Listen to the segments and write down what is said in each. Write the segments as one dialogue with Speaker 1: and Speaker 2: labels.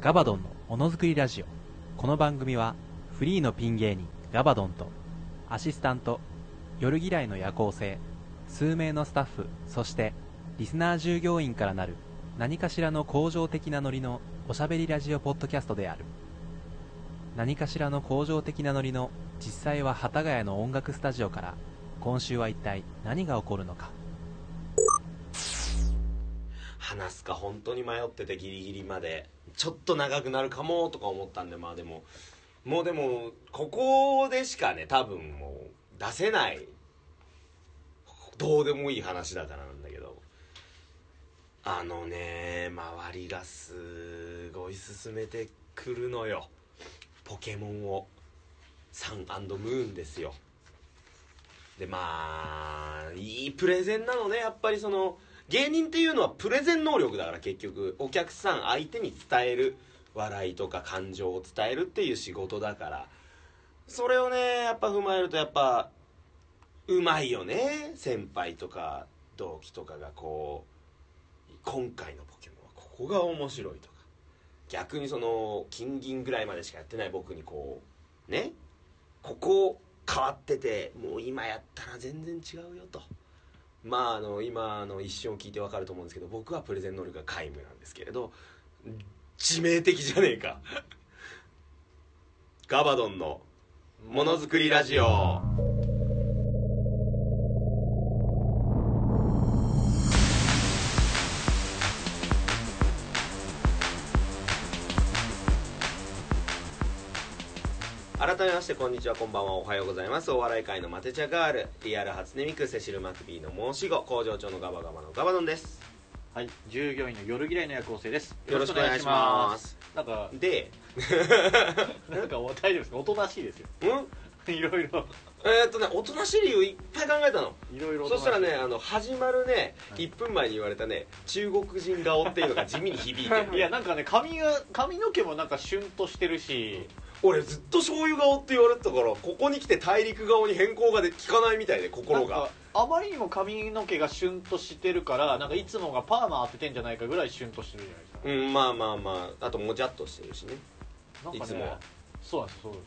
Speaker 1: ガバドンのものづくりラジオこの番組はフリーのピン芸人ガバドンとアシスタント夜嫌いの夜行性数名のスタッフそしてリスナー従業員からなる何かしらの向上的なノリのおしゃべりラジオポッドキャストである何かしらの向上的なノリの実際は幡ヶ谷の音楽スタジオから今週は一体何が起こるのか
Speaker 2: 話すか本当に迷っててギリギリまでちょっと長くなるかもとか思ったんでまあでももうでもここでしかね多分もう出せないどうでもいい話だからなんだけどあのね周りがすごい進めてくるのよポケモンをサンムーンですよでまあいいプレゼンなのねやっぱりその芸人っていうのはプレゼン能力だから結局お客さん相手に伝える笑いとか感情を伝えるっていう仕事だからそれをねやっぱ踏まえるとやっぱうまいよね先輩とか同期とかがこう今回のポケモンはここが面白いとか逆にその金銀ぐらいまでしかやってない僕にこうねここ変わっててもう今やったら全然違うよと。まあ、あの今の一瞬を聞いてわかると思うんですけど僕はプレゼン能力が皆無なんですけれど致命的じゃねえか ガバドンのものづくりラジオ改めましてこんにちはこんばんはおはようございますお笑い界のマテ茶ガールリアル初音ミクセシル・マクビーの申し子工場長のガバガバのガバドンです
Speaker 3: はい、従業員の夜嫌いの夜行性です。
Speaker 2: よろしくお願いしま。す
Speaker 3: なんか、
Speaker 2: で
Speaker 3: なんか、大丈夫ですか、おとなしいですよ。
Speaker 2: うん
Speaker 3: いろいろ、
Speaker 2: えーっとねおとなしい理由いっぱい考えたの
Speaker 3: いろいろ。
Speaker 2: そしたらね、あの始まるね
Speaker 3: はい
Speaker 2: 1分前に言われたね中国人顔っていうのが地味に響いてる
Speaker 3: いや、なんかね、髪が、髪の毛もなんかシュンとしてるし。
Speaker 2: 俺ずっと醤油顔って言われてたからここに来て大陸顔に変更ができかないみたいで心
Speaker 3: なん
Speaker 2: が
Speaker 3: かあまりにも髪の毛がシュンとしてるからなんかいつもがパーマ当ててんじゃないかぐらいシュンとしてるじゃないですか
Speaker 2: うんまあまあまああともじゃっとしてるしね
Speaker 3: なんかね
Speaker 2: いつもは
Speaker 3: そうなんですそうです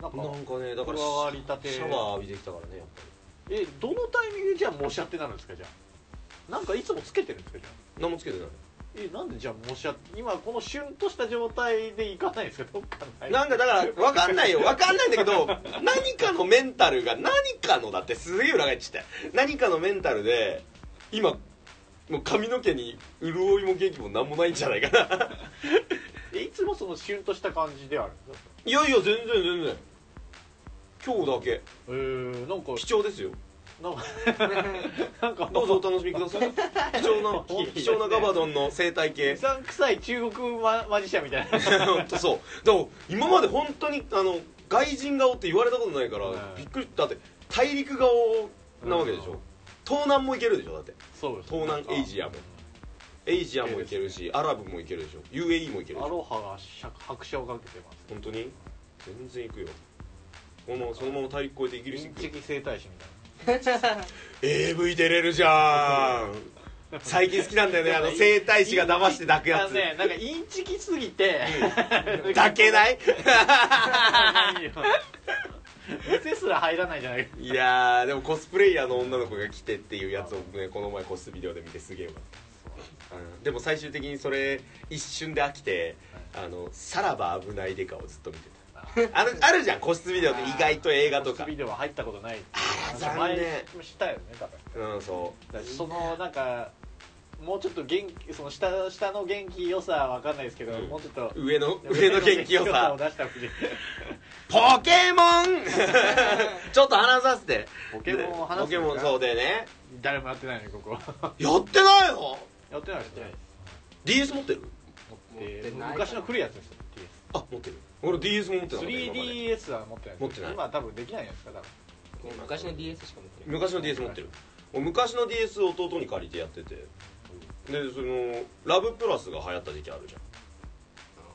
Speaker 3: なん
Speaker 2: な
Speaker 3: か
Speaker 2: んかねだから
Speaker 3: 加わりたて
Speaker 2: シャワー浴びてきたからねやっぱ
Speaker 3: えどのタイミングでじゃあ模写ってなるんですかじゃあなんかいつもつけてるんですかじゃあ
Speaker 2: り何もつけてない
Speaker 3: えなんでじゃあ模写って今このシュンとした状態でいかないんですか どっかない
Speaker 2: なんかだから分かんないよ分かんないんだけ ど何かのメンタルが何かのだってすげえ裏返っちゃった何かのメンタルで今もう髪の毛に潤いも元気も何もないんじゃないかな
Speaker 3: えいつもそのシュンとした感じであるんですか
Speaker 2: いやいや全然全然今日だけ
Speaker 3: えー、なんか
Speaker 2: 貴重ですよ
Speaker 3: なんか なんか
Speaker 2: どうぞお楽しみくだ さい貴重
Speaker 3: いい
Speaker 2: な
Speaker 3: ですね
Speaker 2: 貴重なガバドンの生態
Speaker 3: う
Speaker 2: 系
Speaker 3: さんくさい中国ママジシャンみた いな
Speaker 2: 本当 そうでも今まで本当にあの外人顔って言われたことないから、
Speaker 3: うん
Speaker 2: びっくりだって大陸顔なわけでしょ、
Speaker 3: うん
Speaker 2: 東南もいけるでしょだって
Speaker 3: そうです
Speaker 2: 東南エイジアもエイジアもいけるし、アラブもいけるでしょ UAE もいけるで
Speaker 3: ア
Speaker 2: しょ
Speaker 3: ロハがしゃ拍車をかけてます
Speaker 2: 本当に全然行くよこのままそのまま大陸越えてイギリス
Speaker 3: イン
Speaker 2: 行く
Speaker 3: チ
Speaker 2: よ
Speaker 3: キ整体師みたい
Speaker 2: AV 出れるじゃん最近好きなんだよね あの整体師が騙して抱く
Speaker 3: な
Speaker 2: や
Speaker 3: あのねなんかインチキすぎて
Speaker 2: つ抱けないい
Speaker 3: 店すら入らないじゃないか
Speaker 2: いやーでもコスプレイヤーの女の子が来てっていうやつをねこの前コスビデオで見てすげえよかったうんでも最終的にそれ一瞬で飽きて「あのさらば危ないデカ」をずっと見てたあのあるじゃん個室ビデオって意外と映画と
Speaker 3: コ
Speaker 2: か
Speaker 3: スビデオは入ったことない
Speaker 2: あら残
Speaker 3: 前
Speaker 2: 念
Speaker 3: もしたよねだから
Speaker 2: うんそう
Speaker 3: だしそのなんかもうちょっと元気その下下の元気良さは分かんないですけど、
Speaker 2: うん
Speaker 3: もうちょっと
Speaker 2: 上の上の元気よ
Speaker 3: を
Speaker 2: さ
Speaker 3: 出したふり
Speaker 2: ポケモン ちょっと話させて
Speaker 3: ポケモンを話す
Speaker 2: ポケモンそう
Speaker 3: で
Speaker 2: でね
Speaker 3: 誰もやってないのにここ
Speaker 2: やってないの
Speaker 3: やってないですね
Speaker 2: DS 持ってる
Speaker 4: 持ってない
Speaker 3: 昔の古いやつですよ
Speaker 2: あ持ってる俺 DS も持ってなかった今まで
Speaker 3: 3DS は持ってない
Speaker 2: 持ってない
Speaker 3: 今多分できないやつかだか
Speaker 4: 昔の DS しか持ってない
Speaker 2: 昔の DS 持ってる俺昔の DS を弟に借りてやっててでそのラブプラスが流行った時期あるじゃん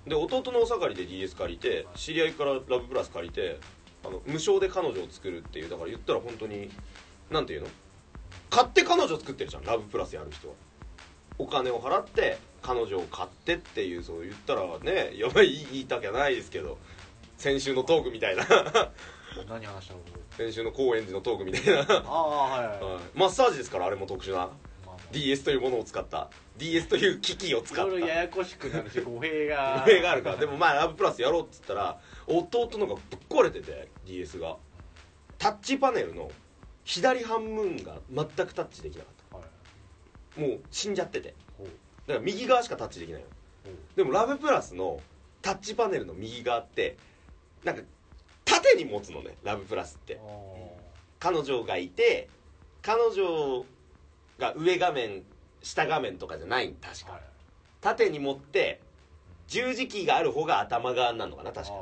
Speaker 2: で弟のお下がりで DS 借りて知り合いからラブプラス借りてあの無償で彼女を作るっていうだから言ったら本当になんていうの買って彼女作ってるじゃんラブプラスやる人はお金を払って彼女を買ってっていうそう言ったらねやばい言いたきゃないですけど先週のトークみたいな
Speaker 3: 何話したの
Speaker 2: 先週の高円寺のトークみたいな、は
Speaker 3: ああはいはい、
Speaker 2: いマッサージですからあれも特殊な
Speaker 3: まあまあ
Speaker 2: DS というものを使った DS という機器を使
Speaker 3: い
Speaker 2: った
Speaker 3: ろいろややこしくなるし語弊が
Speaker 2: 上があるからでもまあラブプラスやろうっつったら弟のがぶっ壊れてて DS がタッチパネルの左半分が全くタッチできなかっ
Speaker 3: はい
Speaker 2: たもう死んじゃってて
Speaker 3: ほう
Speaker 2: だから右側しかタッチできないの
Speaker 3: ほう
Speaker 2: でもラブプラスのタッチパネルの右側ってなんか縦に持つのねラブプラスって彼女がいて彼女が上画面下画面とかじゃないん確
Speaker 3: あー
Speaker 2: か
Speaker 3: はい
Speaker 2: 縦に持って十字キーがある方が頭側になるのかな確か
Speaker 3: あ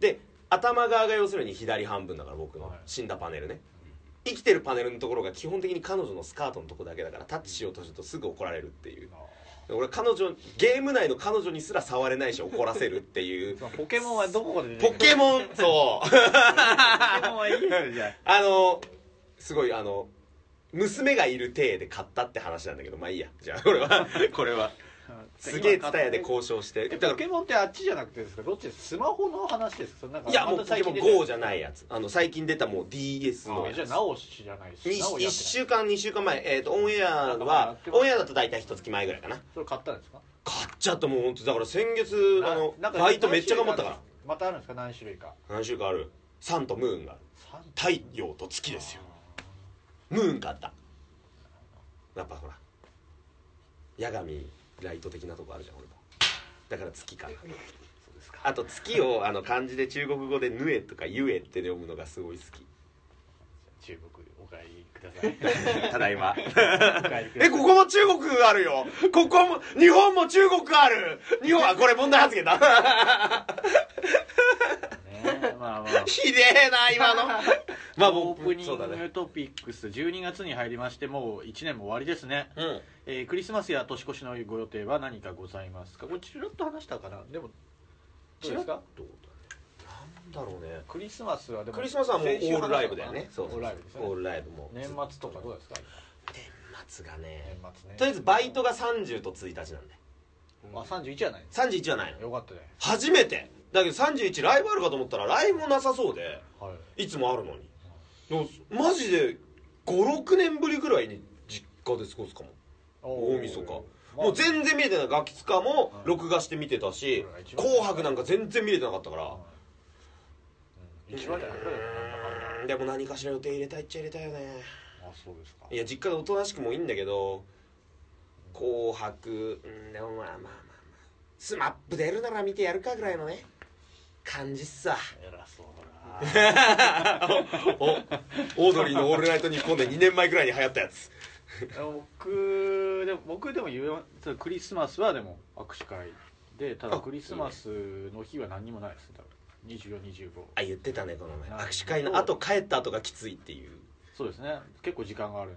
Speaker 2: で頭側が要するに左半分だから僕の
Speaker 3: はい
Speaker 2: 死んだパネルね生きてるパネルのところが基本的に彼女のスカートのとこだけだからタッチしようとするとすぐ怒られるっていう
Speaker 3: ーあ
Speaker 2: 俺彼女ゲーム内の彼女にすら触れないし怒らせるって いう
Speaker 3: ーポケモンはどこで出て
Speaker 2: ポ
Speaker 3: くる
Speaker 2: ケモンそう
Speaker 3: ポケモンはいいですじゃ
Speaker 2: あのすごいあの娘がいる体で買ったって話なんだけどまあいいやじゃあこ れはこれ は
Speaker 3: あ
Speaker 2: すげえ蔦屋で
Speaker 3: う
Speaker 2: 交渉して
Speaker 3: え
Speaker 2: だ
Speaker 3: ポ
Speaker 2: か
Speaker 3: ケモンってあっちじゃなくてですかどっちですスマホの話ですかそれなんから
Speaker 2: いやもうポケモン GO じゃない
Speaker 3: や
Speaker 2: やつあの最近出たもう DS のやつ
Speaker 3: じゃあ直しじゃないし
Speaker 2: に
Speaker 3: 直しやってない
Speaker 2: 1週間2週間前、えー、とオンエアはオンエアだと大体一月前ぐらいかな
Speaker 3: それ買ったんですか
Speaker 2: 買っちゃったもう本当だから先月あの
Speaker 3: ななんか
Speaker 2: バイトめっちゃ頑張ったから
Speaker 3: またあるんですか何種類か
Speaker 2: 何週間あるサンとムーンがある
Speaker 3: 三種
Speaker 2: 太陽と月ですよムーン買ったやっぱほら八神ライト的なとこあるじゃん俺もだから月かな
Speaker 3: そうですか
Speaker 2: あと月をあの漢字で中国語で「ぬえ」とか「ゆえ」って読むのがすごい好き
Speaker 3: 中国お帰りください
Speaker 2: ただいま
Speaker 3: お帰りください
Speaker 2: え、ここも中国あるよ。ここも、日本も中国ある。日本は、これ問題発 言だ。
Speaker 3: ねまあまあ
Speaker 2: ひでえな、今 の。 まあ、
Speaker 3: オ
Speaker 2: 僕
Speaker 3: ープニ
Speaker 2: そうだ
Speaker 3: ン
Speaker 2: ね。
Speaker 3: グトピックス、12月に入りましてもう1年も終わりですね、
Speaker 2: うん。
Speaker 3: えークリスマスや年越しのご予定は何かございますかこれちらっと話したかなでもどうですか
Speaker 2: どうだねなんだろうね。
Speaker 3: クリスマスはでも
Speaker 2: クリスマスはもうオールライブだよね。
Speaker 3: そうオールライブです
Speaker 2: オー
Speaker 3: よね
Speaker 2: ルライブも。
Speaker 3: 年末とかどうですか
Speaker 2: 末が
Speaker 3: 年
Speaker 2: ね。
Speaker 3: 末ね
Speaker 2: とりあえず、バイトが30と1日なんで。
Speaker 3: あ31じゃない
Speaker 2: 31じゃないの。
Speaker 3: よかったね
Speaker 2: 初めて。だけど31ライブあるかと思ったら、ライブもなさそうで。
Speaker 3: はい
Speaker 2: いつもあるのにでもマジで56年ぶりぐらいに実家で過ごすかも大晦日か
Speaker 3: まあ
Speaker 2: もう全然見れてないガキツカも録画して見てたし
Speaker 3: これが
Speaker 2: 「
Speaker 3: 一番
Speaker 2: 紅白」なんか全然見れてなかったから
Speaker 3: うん一番じゃなくて
Speaker 2: うんでも何かしら予定入れたいっちゃ入れたいよね
Speaker 3: あそうですか
Speaker 2: いや実家でおとなしくもいいんだけど「紅白」うんでもまあまあまあまあスマップ出るなら見てやるかぐらいのね感じっすわ
Speaker 3: 偉そうだな
Speaker 2: おオードリーの「オールナイトニッポン」で2年前ぐらいに流行ったやつ
Speaker 3: 僕でも僕でも言うよそうクリスマスはでも握手会でただ
Speaker 2: あ
Speaker 3: クリスマスの日は何にもないです多分2425
Speaker 2: あ言ってたねこの前
Speaker 3: はい
Speaker 2: 握手会の後帰った後がきついっていう
Speaker 3: そうですね結構時間があるん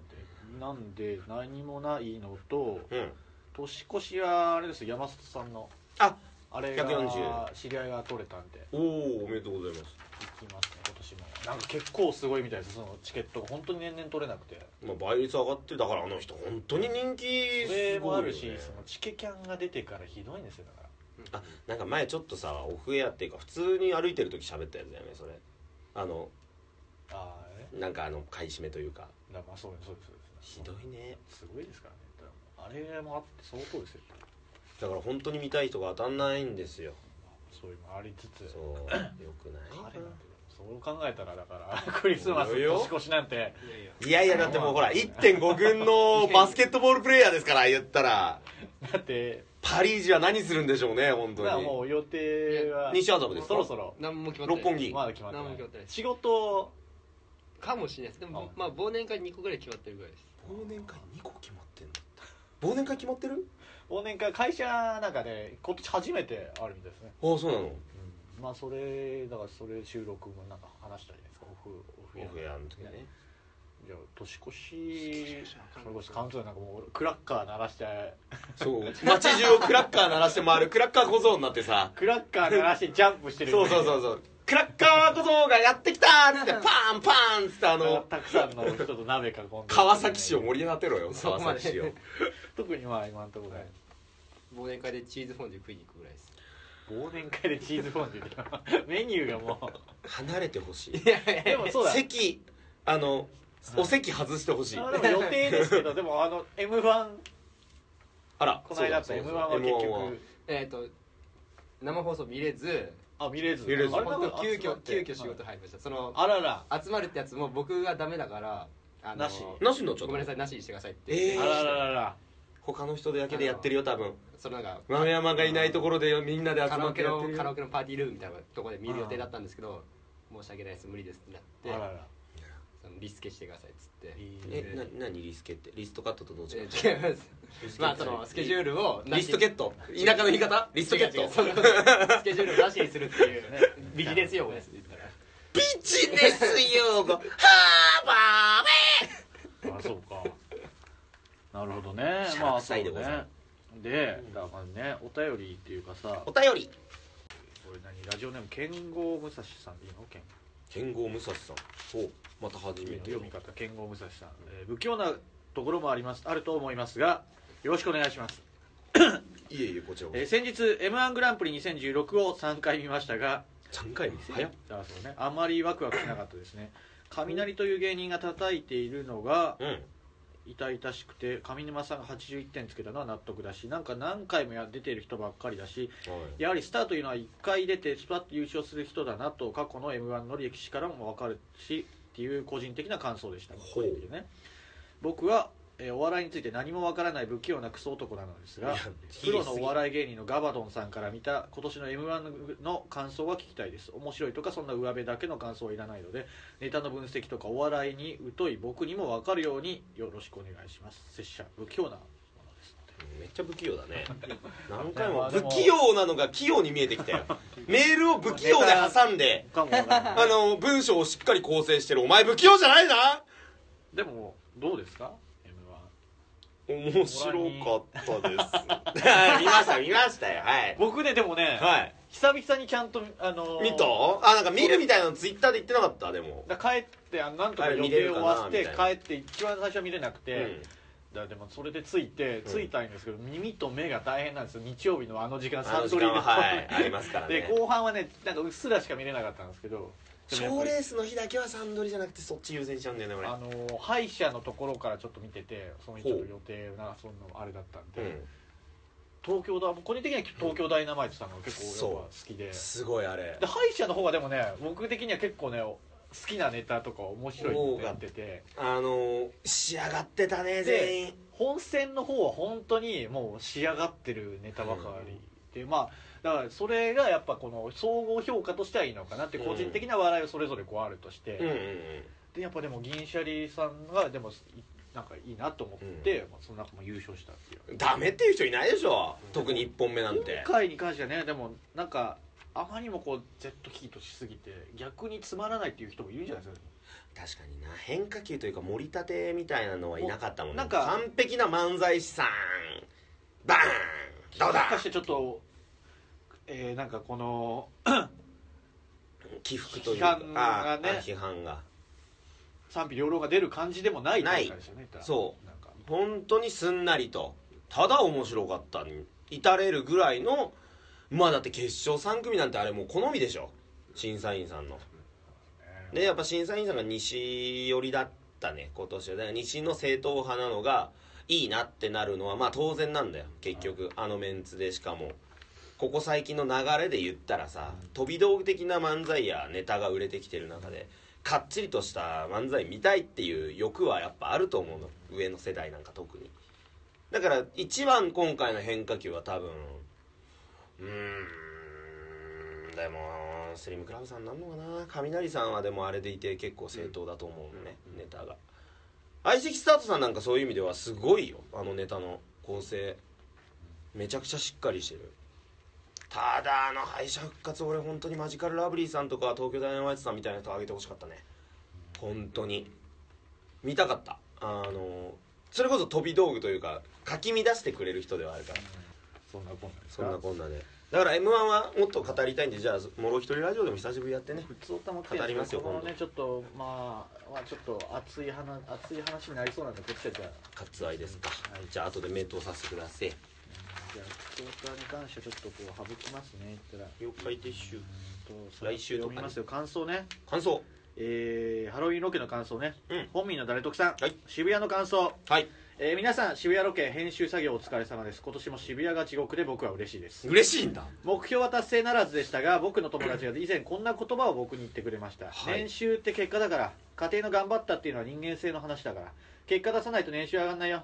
Speaker 3: でなんで何もないのと
Speaker 2: うん
Speaker 3: 年越しはあれです山里さんの
Speaker 2: あ
Speaker 3: あれが
Speaker 2: 140
Speaker 3: 知り合いが取れたんで
Speaker 2: おおおめでとうございます、
Speaker 3: 行きますね今年もなんか結構すごいみたいですそのチケットが本当に年々取れなくて
Speaker 2: まあ、倍率上がってだからあの人本当に人気
Speaker 3: そ
Speaker 2: す
Speaker 3: れも
Speaker 2: ごい
Speaker 3: あ
Speaker 2: よ、ね
Speaker 3: る、しそのチケキャンが出てからひどいんですよだから
Speaker 2: あなんか前ちょっとさオフエアっていうか普通に歩いてる時喋ったやつだよねそれあの
Speaker 3: ああね
Speaker 2: なんかあの買い占めというか
Speaker 3: だからまあそうですそうですそうです
Speaker 2: ひどいね
Speaker 3: すごいですからねだからあれもあって相当ですよ
Speaker 2: だから本当に見たい人が当たんないんですよ
Speaker 3: そういうのもありつつ
Speaker 2: そうよくない
Speaker 3: 彼なんてそう考えたらだから クリスマス年越しなんて
Speaker 4: いやいや
Speaker 2: いやいやだってもうほら1.5軍のバスケットボールプレイヤーですから言ったら
Speaker 3: だって
Speaker 2: パリージは何するんでしょうね本当
Speaker 3: まあ
Speaker 2: に
Speaker 3: もう予定は
Speaker 2: 西麻布ですか
Speaker 3: そろそろ
Speaker 4: 何も決まってない
Speaker 2: 六本木
Speaker 3: まだ決まって
Speaker 4: 何も
Speaker 3: な
Speaker 4: 決ま
Speaker 3: い
Speaker 4: ってない
Speaker 3: 仕事
Speaker 4: かもしれないですでも
Speaker 3: あ
Speaker 4: まあ忘年会2個ぐらい決まってるぐらいです
Speaker 2: 忘年会2個決まってんだ忘年会決まってる
Speaker 3: 忘年会会社なんかで今年初めてあるみたいですね
Speaker 2: ああそうなの
Speaker 3: まあそれだからそれ収録もなんか話したじゃないですかオフオフや
Speaker 2: オフやん時ね
Speaker 3: じゃあ年越しそれこそ関東なんかもうクラッカー鳴らして
Speaker 2: そう街中をクラッカー鳴らして回るクラッカー小僧になってさ
Speaker 3: クラッカー鳴らしてジャンプしてる
Speaker 2: そうそうそううそうククラッカー小僧がやってきたーっつって、パーンパーンっつって、あ
Speaker 3: あの
Speaker 2: の、
Speaker 3: たくさんの人と鍋囲んで
Speaker 2: 川崎市を盛り立てろよ、川崎市を。
Speaker 3: 特にまあ今のところ
Speaker 4: はい忘年会でチーズフォンデュ食いに行くぐらいです
Speaker 3: 忘年会でチーズフォンデュってメニューがも
Speaker 2: 離れてほしい。
Speaker 3: うでもそうだ
Speaker 2: 席、あの、お席外してほしい。
Speaker 3: あでも予定ですけどでもあの m 1
Speaker 2: あら、
Speaker 3: この間あった m 1は結局
Speaker 2: M1 は
Speaker 4: えっと生放送見れず
Speaker 3: あ見れず
Speaker 2: 見れず
Speaker 3: あ
Speaker 4: 本
Speaker 3: れなん
Speaker 4: 当
Speaker 3: か
Speaker 4: 急
Speaker 3: 集ま
Speaker 4: 遽
Speaker 3: って
Speaker 4: 急遽仕事入りましたその
Speaker 3: あらら
Speaker 4: 集まるってやつも僕がダメだからあの
Speaker 3: なし
Speaker 2: なしになっちゃ
Speaker 4: ご
Speaker 2: った
Speaker 4: めんなさいなしにしてくださいって
Speaker 2: え
Speaker 3: あ
Speaker 2: ー
Speaker 3: らららら
Speaker 2: 他の人だけでやってるよ、多分。
Speaker 4: そのなんか
Speaker 2: 豆山がいないところでみんなで集
Speaker 4: カラ
Speaker 2: ま
Speaker 4: オ
Speaker 2: って
Speaker 4: ケ
Speaker 2: やって
Speaker 4: の
Speaker 2: る
Speaker 4: カラオ
Speaker 2: よ。
Speaker 4: ケのパーティールームみたいなところで見る予定だったんですけど申し訳ないです無理ですってな
Speaker 3: あら
Speaker 4: って
Speaker 3: ら
Speaker 4: そのリスケしてくださいっつって
Speaker 2: え、な、何リスケってリストカットとどう違う
Speaker 4: え 違いますまあそのスケジュールを
Speaker 2: リストケット田舎の言い方リストケッ
Speaker 4: 違う違う
Speaker 2: ト
Speaker 4: そのスケジュールをなしにするっていうねビジネス用語です言ったら
Speaker 2: ビジネス用語ハーバー
Speaker 3: あそうか なるほどね
Speaker 2: シャー
Speaker 3: まあ
Speaker 2: ク
Speaker 3: そ
Speaker 2: サ
Speaker 3: う
Speaker 2: イでござい
Speaker 3: ね
Speaker 2: ま
Speaker 3: でだからまずねお便りっていうかさこ
Speaker 2: お便り
Speaker 3: れ何ラジオネーム剣豪武蔵さんでいいの剣
Speaker 2: 剣豪武蔵さんおまた初めて
Speaker 3: 読み方剣豪武蔵さん、えー不器用なところもありますあると思いますがよろしくお願いします
Speaker 2: いえいえこちらこ
Speaker 3: えー先日 m 1グランプリ2016を3回見ましたが
Speaker 2: そ3回目早っ
Speaker 3: あそう、ね、あまりワクワクしなかったですね雷という芸人が叩いているのが
Speaker 2: うん
Speaker 3: 痛々しくて上沼さんが81点つけたのは納得だしなんか何回もや出ている人ばっかりだしやはりスターというのは1回出てスパッと優勝する人だなと過去の m 1の歴史からも分かるしっていう個人的な感想でした
Speaker 2: ほう
Speaker 3: 個人的にね僕は、えーお笑いについて何も分からない不器用なクソ男なのです
Speaker 2: い
Speaker 3: が
Speaker 2: や
Speaker 3: プロのお笑い芸人のガバドンさんから見た今年の m 1の感想は聞きたいです面白いとかそんな上辺だけの感想はいらないのでネタの分析とかお笑いに疎い僕にも分かるようによろしくお願いします拙者不器用なものです
Speaker 2: めっちゃ不器用だ ね何回
Speaker 3: 回も
Speaker 2: も不器用なのが器用に見えてきた よメールを不器用で挟んで
Speaker 3: 他も分からな い
Speaker 2: あの文章をしっかり構成してるお前不器用じゃないな
Speaker 3: でもどうですか m
Speaker 2: 面白か ったですはい見ました見ましたよはい
Speaker 3: 1僕ねでもね、
Speaker 2: はい
Speaker 3: 久々にちゃんとあのー
Speaker 2: 見たあなんか見るみたいなのツイッターで言ってなかったでも
Speaker 3: だから帰ってあなんとか
Speaker 2: あれ
Speaker 3: 予
Speaker 2: 見れ
Speaker 3: 定
Speaker 2: る
Speaker 3: を
Speaker 2: かな
Speaker 3: 終わって
Speaker 2: みたい
Speaker 3: 帰
Speaker 2: な
Speaker 3: って一番最初は見れなくて、
Speaker 2: うん
Speaker 3: だでもそれでついて
Speaker 2: うん
Speaker 3: ついたんですけど、耳と目が大変なんですよ日曜日のあの時間
Speaker 2: あ
Speaker 3: サ
Speaker 2: の
Speaker 3: ン
Speaker 2: 時
Speaker 3: トリー
Speaker 2: 間
Speaker 3: で,、
Speaker 2: ははいありますから
Speaker 3: で
Speaker 2: ね
Speaker 3: 後半はねなんかうっすらしか見れなかったんですけどでもやっ
Speaker 2: 賞
Speaker 3: ぱり
Speaker 2: レースの日だけはサンドリじゃなくてそっち優先しちゃうんだよね俺
Speaker 3: あのー歯医者のところからちょっと見ててその一応
Speaker 2: ほう
Speaker 3: 予定なそのあれだったんで、
Speaker 2: う
Speaker 3: 東京だ個人的には東京ダイナマイトさんが結構やっぱ好きで
Speaker 2: んすごいあれ
Speaker 3: で歯医者の方がでもね僕的には結構ね好きなネタとか面白いってやってて
Speaker 2: あの仕上がってたね全員
Speaker 3: 本戦の方は本当にもう仕上がってるネタばかりで、まあだからそれがやっぱこの総合評価としてはいいのかなって
Speaker 2: うん
Speaker 3: 個人的な笑いはそれぞれこうあるとして、
Speaker 2: うんうん
Speaker 3: でやっぱでも銀シャリさんがでもいなんかいいなと思って、まあ、その中も優勝したっていう
Speaker 2: うんダメっていう人いないでしょ特に1本目なんて
Speaker 3: 今回に関してはねでもなんかあまりにもこう Z キーとしすぎて逆につまらないっていう人もいるんじゃないですか
Speaker 2: 確かにな変化球というか盛り立てみたいなのはいなかったもんね
Speaker 3: なんか
Speaker 2: 完璧な漫才師さんバーンどう
Speaker 3: もしか
Speaker 2: だ
Speaker 3: してちょっとえー、なんかこの
Speaker 2: 起伏という
Speaker 3: 批
Speaker 2: か
Speaker 3: 判がね
Speaker 2: ああ批判が
Speaker 3: 賛否両論が出る感じでもない
Speaker 2: ない
Speaker 3: 大会でしたね言ったら
Speaker 2: そう
Speaker 3: なんか
Speaker 2: 本当にすんなりとただ面白かったに至れるぐらいのまあだって決勝3組なんてあれもう好みでしょ審査員さんのでやっぱ審査員さんが西寄りだったね今年はだから西の正統派なのがいいなってなるのはまあ当然なんだよ結局あのメンツでしかもここ最近の流れで言ったらさ飛び道具的な漫才やネタが売れてきてる中でかっちりとした漫才見たいっていう欲はやっぱあると思うの上の世代なんか特にだから一番今回の変化球は多分うーんでもスリムクラブさんなんのかな雷さんはでもあれでいて結構正当だと思うのね、ネタが相席スタートさんなんかそういう意味ではすごいよあのネタの構成めちゃくちゃしっかりしてるただあの敗者復活俺本当にマジカルラブリーさんとか東京ダイナマイトさんみたいな人挙げてほしかったね本当に見たかったあのそれこそ飛び道具というかかき乱してくれる人ではあるから
Speaker 3: そんなこんなです
Speaker 2: そ
Speaker 3: か
Speaker 2: んなこんなでだから m 1はもっと語りたいんでじゃあもろ一人ラジオでも久しぶりやってね
Speaker 3: 普通歌も来てるん
Speaker 2: 語
Speaker 3: でけど
Speaker 2: りますよ
Speaker 3: このねちょっとまあまあちょっと熱い話熱い話になりそうなんでこっちでじゃあ
Speaker 2: 割愛ですか、
Speaker 3: はい
Speaker 2: じゃあ後で名刀させてください
Speaker 3: じゃあ普通歌に関してちょっとこう省きますね言ったら
Speaker 2: 妖怪撤収
Speaker 3: と
Speaker 2: 来週とか
Speaker 3: 読
Speaker 2: に
Speaker 3: みますよ感想ね
Speaker 2: 感想
Speaker 3: えーハロウィンロケの感想ね、
Speaker 2: うん
Speaker 3: 本民の誰得さん、
Speaker 2: はい
Speaker 3: 渋谷の感想、
Speaker 2: はい
Speaker 3: えー皆さん渋谷ロケ編集作業お疲れ様です今年も渋谷が地獄で僕は嬉しいです
Speaker 2: 嬉しいんだ
Speaker 3: 目標は達成ならずでしたが僕の友達が以前こんな言葉を僕に言ってくれました、
Speaker 2: はい
Speaker 3: 年収って結果だから家庭の頑張ったっていうのは人間性の話だから結果出さないと年収上がんないよ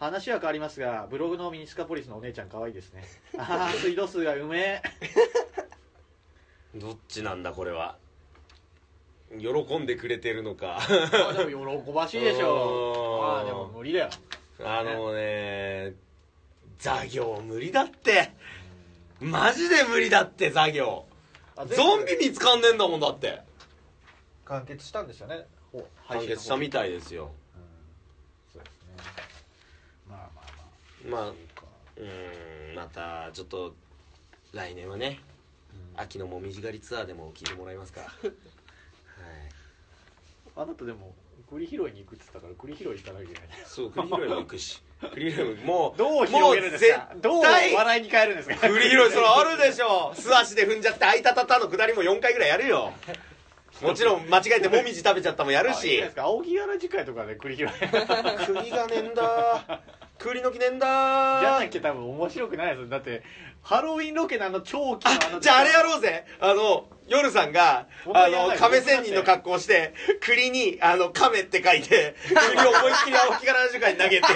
Speaker 3: 話は変わりますがブログのミニスカポリスのお姉ちゃん可愛いで すねああ水道数がうめえ
Speaker 2: どっちなんだこれは喜んでくれてるの か
Speaker 3: あでも喜ばしいでしょ
Speaker 2: うーん
Speaker 3: ああでも無理だよ
Speaker 2: あのね座業無理だってマジで無理だって座業
Speaker 3: あ全部
Speaker 2: ゾンビ見つかんねえんだもんだって
Speaker 3: 完結したんですよねほ配
Speaker 2: 完
Speaker 3: 信の
Speaker 2: 結した
Speaker 3: 方
Speaker 2: みたいですよ
Speaker 3: うんそうですねまあまあまあ
Speaker 2: まあ
Speaker 3: そうか
Speaker 2: うーんまたちょっと来年はね
Speaker 3: うん
Speaker 2: 秋のもみじ狩りツアーでも聞いてもらい ますからはい
Speaker 3: あなたでも栗拾いに行くっつったから栗拾い行かなきゃいけない
Speaker 2: そう栗拾いも行く し栗拾いももう
Speaker 3: どう広げるんですか
Speaker 2: もう絶
Speaker 3: どう
Speaker 2: 対
Speaker 3: 笑いに変えるんですか
Speaker 2: 栗拾いそれあるでしょ素足で踏んじゃって「あいたたた」のくだりも4回ぐらいやる よもちろん間違えてもみじ食べちゃったもやる
Speaker 3: あいいじゃ
Speaker 2: し
Speaker 3: ないですか青木原次回とかで栗拾い
Speaker 2: 栗がねん だ栗の木ねんだ
Speaker 3: じゃなきゃ多分面白くないですよだってハロウィンロケのあの長期のの
Speaker 2: じゃああれやろうぜあの夜さんが
Speaker 3: 本当
Speaker 2: あ
Speaker 3: にやば
Speaker 2: の
Speaker 3: い
Speaker 2: 亀仙人の格好をして栗にあの亀って書いて 栗を思いっきり青木から70回に投げて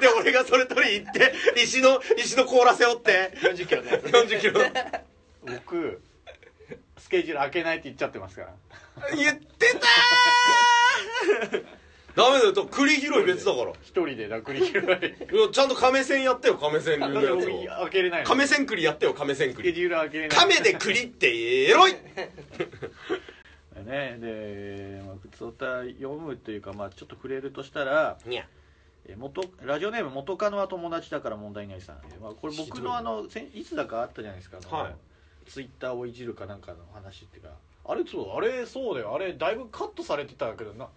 Speaker 2: で俺がそれ取りに行って石の石の甲羅背負って
Speaker 3: 40キロね
Speaker 2: 40キロ
Speaker 3: 僕スケジュール開けないって言っちゃってますから
Speaker 2: 言ってたー ダメだよと栗拾い別だから
Speaker 3: 一人でだ栗拾い
Speaker 2: いやちゃんと亀仙やってよ亀仙流の
Speaker 3: だって
Speaker 2: や
Speaker 3: 僕
Speaker 2: つを
Speaker 3: 開けれないの
Speaker 2: 亀
Speaker 3: ス
Speaker 2: 仙栗やってよ亀仙
Speaker 3: ケ
Speaker 2: 栗
Speaker 3: ジュール開けれない
Speaker 2: 亀で栗ってエロい
Speaker 3: ねで、まあ、普通歌読むというか、まあ、ちょっと触れるとしたら
Speaker 2: にゃ
Speaker 3: えー元ラジオネーム元カノは友達だから問題ないさん、えーまあ、これ
Speaker 2: ひど
Speaker 3: 僕
Speaker 2: い
Speaker 3: のあの先いつだかあったじゃないですかあの、
Speaker 2: はい
Speaker 3: ツイッターをいじるかなんかの話っていうかあれそうあれそうだよあれだいぶカットされてたけどな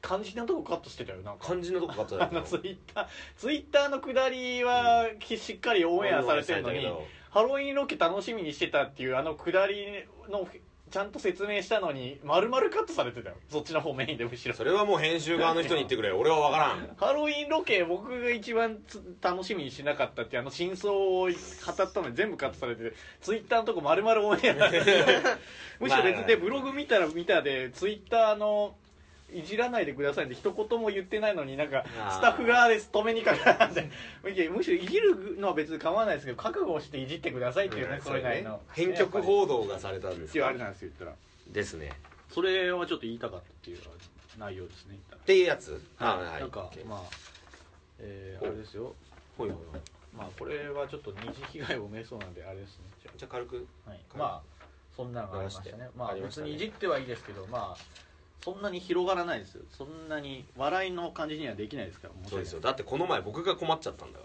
Speaker 3: 肝心なとこカットしてたよなんか
Speaker 2: 肝心のとこ買った
Speaker 3: あ のツイッターツイッターのくだりはきしっかりオンエアされてるのに、ハロウィンロケ楽しみにしてたっていうあのくだりのちゃんと説明したのに丸々カットされてたよそっちの方メインでむしろ
Speaker 2: それはもう編集側の人に言ってくれ俺は分からん
Speaker 3: ハロウィンロケ僕が一番つ楽しみにしなかったっていうあの真相を語ったのに全部カットされてツイッターのとこ丸々オンエアなん ですよむしろ別
Speaker 2: まあ
Speaker 3: にでブログ見たら見たでツイッターのいじらないでくださいって一言も言ってないのになんか
Speaker 2: あー
Speaker 3: スタッフ側です止めにかかるんでむしろむしろいじるのは別に構わないですけど覚悟していじってくださいっていうね、それなりの
Speaker 2: 編曲報道がされたんで
Speaker 3: っ
Speaker 2: す
Speaker 3: ていうあ
Speaker 2: か
Speaker 3: れなんですよ言ったら
Speaker 2: ですね
Speaker 3: それはちょっと言いたかったっていう内容ですね言
Speaker 2: っ
Speaker 3: って
Speaker 2: いうやつ
Speaker 3: たらなん
Speaker 2: オ
Speaker 3: か
Speaker 2: ッケー
Speaker 3: まあえーあれですよ
Speaker 2: ほいほいほい
Speaker 3: まあこれはちょっと二次被害を埋めそうなんであれですねじゃ
Speaker 2: じゃあ軽く
Speaker 3: あ、はい、まあそんなのがありましたねま
Speaker 2: あ
Speaker 3: あ
Speaker 2: りました
Speaker 3: 別
Speaker 2: ね
Speaker 3: にいじってはいいですけどまあそんなに広がらないですよそんなに笑いの感じにはできないですから
Speaker 2: そうですよ
Speaker 3: よ
Speaker 2: だってこの前僕が困っちゃったんだか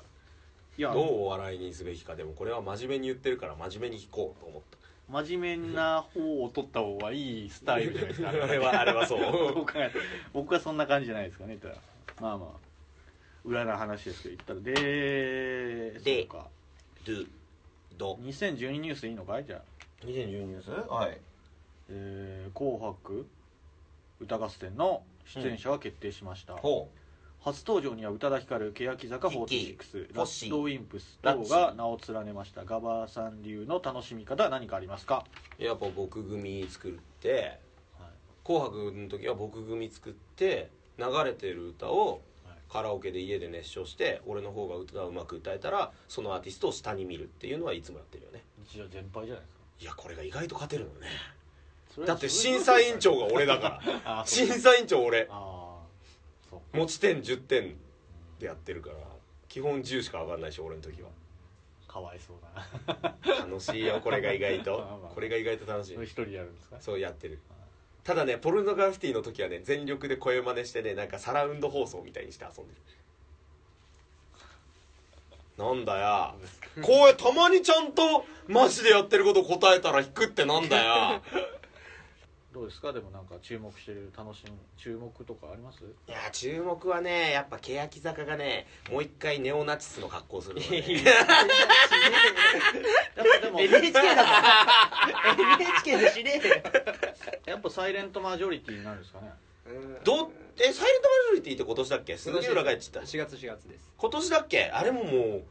Speaker 3: いや
Speaker 2: らどうお笑いにすべきかでもこれは真面目に言ってるから真面目に弾こうと思った
Speaker 3: 真面目な方を取った方がいいスタイルじゃないですか
Speaker 2: あれはあれはそう
Speaker 3: ど う考えて僕はそんな感じじゃないですかね言ったらまあまあ裏の話ですけど言ったらで
Speaker 2: で
Speaker 3: そうか
Speaker 2: ドゥド
Speaker 3: 2012ニュースいいのかいじゃあ
Speaker 2: 2012年ですはい
Speaker 3: えー紅白歌合戦の出演者は決定しました、
Speaker 2: ほ
Speaker 3: 初登場には宇多田ヒカル欅坂46
Speaker 2: ッ
Speaker 3: ラ
Speaker 2: シ
Speaker 3: ッ
Speaker 2: ー
Speaker 3: ドウィンプス
Speaker 2: ラ
Speaker 3: 等
Speaker 2: ッシー
Speaker 3: が名を連ねましたガバーさん流の楽しみ方は何かありますか、
Speaker 2: うやっぱ僕組作って
Speaker 3: はい
Speaker 2: 「紅白」の時は僕組作って流れてる歌を
Speaker 3: はい
Speaker 2: カラオケで家で熱唱して俺の方が歌うまく歌えたらそのアーティストを下に見るっていうのはいつもやってるよね
Speaker 3: 一応全敗じゃないですか
Speaker 2: いやこれが意外と勝てるのね
Speaker 3: それ
Speaker 2: だ
Speaker 3: は
Speaker 2: って審査委員長が俺だから
Speaker 3: あーそう
Speaker 2: 審査委員長俺
Speaker 3: あーそう
Speaker 2: 持ち点10点でやってるから基本10しか上がんないし俺の時は
Speaker 3: かわいそうだな
Speaker 2: 楽しいよこれが意外 と
Speaker 3: まあまあ
Speaker 2: これが意外と楽しい
Speaker 3: それ一人やるんですか
Speaker 2: そうやってるただねポルノグラフィティの時はね全力で声真似してねなんかサラウンド放送みたいにして遊んでるなんだやこうたまにちゃんとマジでやってること答えたら引くってなんだや
Speaker 3: どうですかでもなんか注目してる楽しみ注目とかあります
Speaker 2: いや注目はねやっぱ欅坂がねもう一回ネオナチスの格好するの ね
Speaker 3: やっ ぱでも
Speaker 4: NHK だぞ NHK でしねえよ
Speaker 3: やっぱサイレントマジョリティになるんですかね
Speaker 2: どえサイレントマジョリティって今年だっけ杉浦が言ってた
Speaker 4: 4月4月です
Speaker 2: 今年だっけあれももう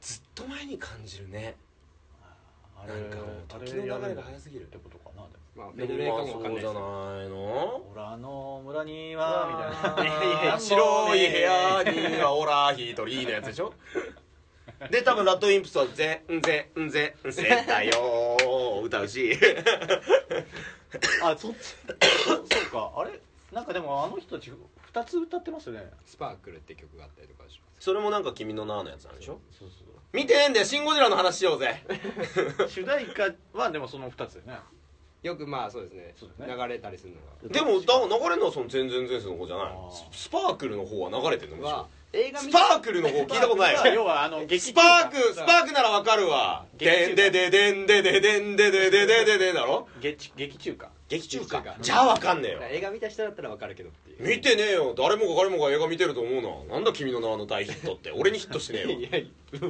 Speaker 2: ずっと前に感じるね
Speaker 3: あ
Speaker 2: なんかもう時の流
Speaker 3: やる
Speaker 2: れ
Speaker 3: っ
Speaker 2: が早すぎる
Speaker 3: てことかなでも
Speaker 4: まあベ
Speaker 2: で
Speaker 4: ルレイか
Speaker 2: もまあ
Speaker 4: も
Speaker 2: そ
Speaker 4: わかん
Speaker 2: う
Speaker 4: な
Speaker 2: じゃな
Speaker 4: いです
Speaker 2: いの
Speaker 3: ほら あの村にはみたい
Speaker 2: い
Speaker 3: な
Speaker 2: やいや白い部屋にはオラーヒトリーのやつでしょで多分ラッドウィンプスは「ぜんぜんぜんぜんだよ」歌うし
Speaker 3: あそっちそうそうかあれなんかでもあの人たち2つ歌ってますよね
Speaker 4: スパークルって曲があったりとかします
Speaker 2: それもなんか「君の名」のやつなんでしょ
Speaker 3: そうそ
Speaker 2: 見てねえんだよシン・ゴジラの話しようぜ
Speaker 3: う主題歌はでもその2つだよね
Speaker 4: よくまあそうですね
Speaker 3: そうだね
Speaker 4: 流れたりするの
Speaker 2: でもだ流れるのはその全然前世の方じゃない
Speaker 3: あー
Speaker 2: ススパークルの方は流れてるのむ
Speaker 4: が
Speaker 2: し
Speaker 4: は
Speaker 2: ろ
Speaker 4: 映画
Speaker 2: ス
Speaker 4: 見
Speaker 2: パークルの方聞いたことない
Speaker 3: まあ要はあの劇
Speaker 2: スパークスパークならわかるわでんでででんでででんででででででだろ
Speaker 3: 劇劇中歌
Speaker 2: 劇中
Speaker 4: 劇中
Speaker 2: か
Speaker 4: 歌
Speaker 2: じゃあわかんねえよ
Speaker 4: 映画見た人だったらわかるけどっていう
Speaker 2: 見てねえよ誰もが誰もが映画見てると思うななんだ君の名の大ヒットって俺にヒットしねえ
Speaker 4: い
Speaker 2: わ
Speaker 4: や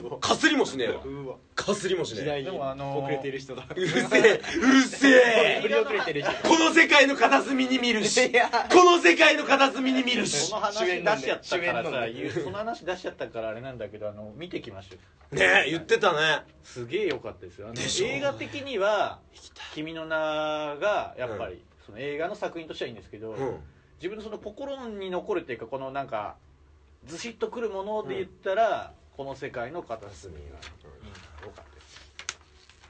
Speaker 4: うわ
Speaker 2: かすりもしねえわ
Speaker 4: うわ
Speaker 2: かすりもし
Speaker 4: 時
Speaker 2: ねえ
Speaker 4: 代に
Speaker 3: でもあのー
Speaker 4: 遅れている人だ
Speaker 2: うるせえうるせ
Speaker 4: 振
Speaker 2: え
Speaker 4: り遅れてる人だ
Speaker 2: この世界の片隅に見る しこの世界の片隅に見る し
Speaker 3: その話出しちゃったから
Speaker 4: 主演
Speaker 3: さ
Speaker 4: なんで
Speaker 3: 言うその話出しちゃったからあれなんだけどあの見てきましたよ
Speaker 2: ねえ言ってたね
Speaker 3: すげえ良かったですよあの
Speaker 2: でしょ
Speaker 3: 映画的には「君の名」がやっぱり、その映画の作品としてはいいんですけど、
Speaker 2: うん
Speaker 3: 自分のその心に残るっていうかこのなんかずしっとくるもので言ったら、この世界の片隅が良かったです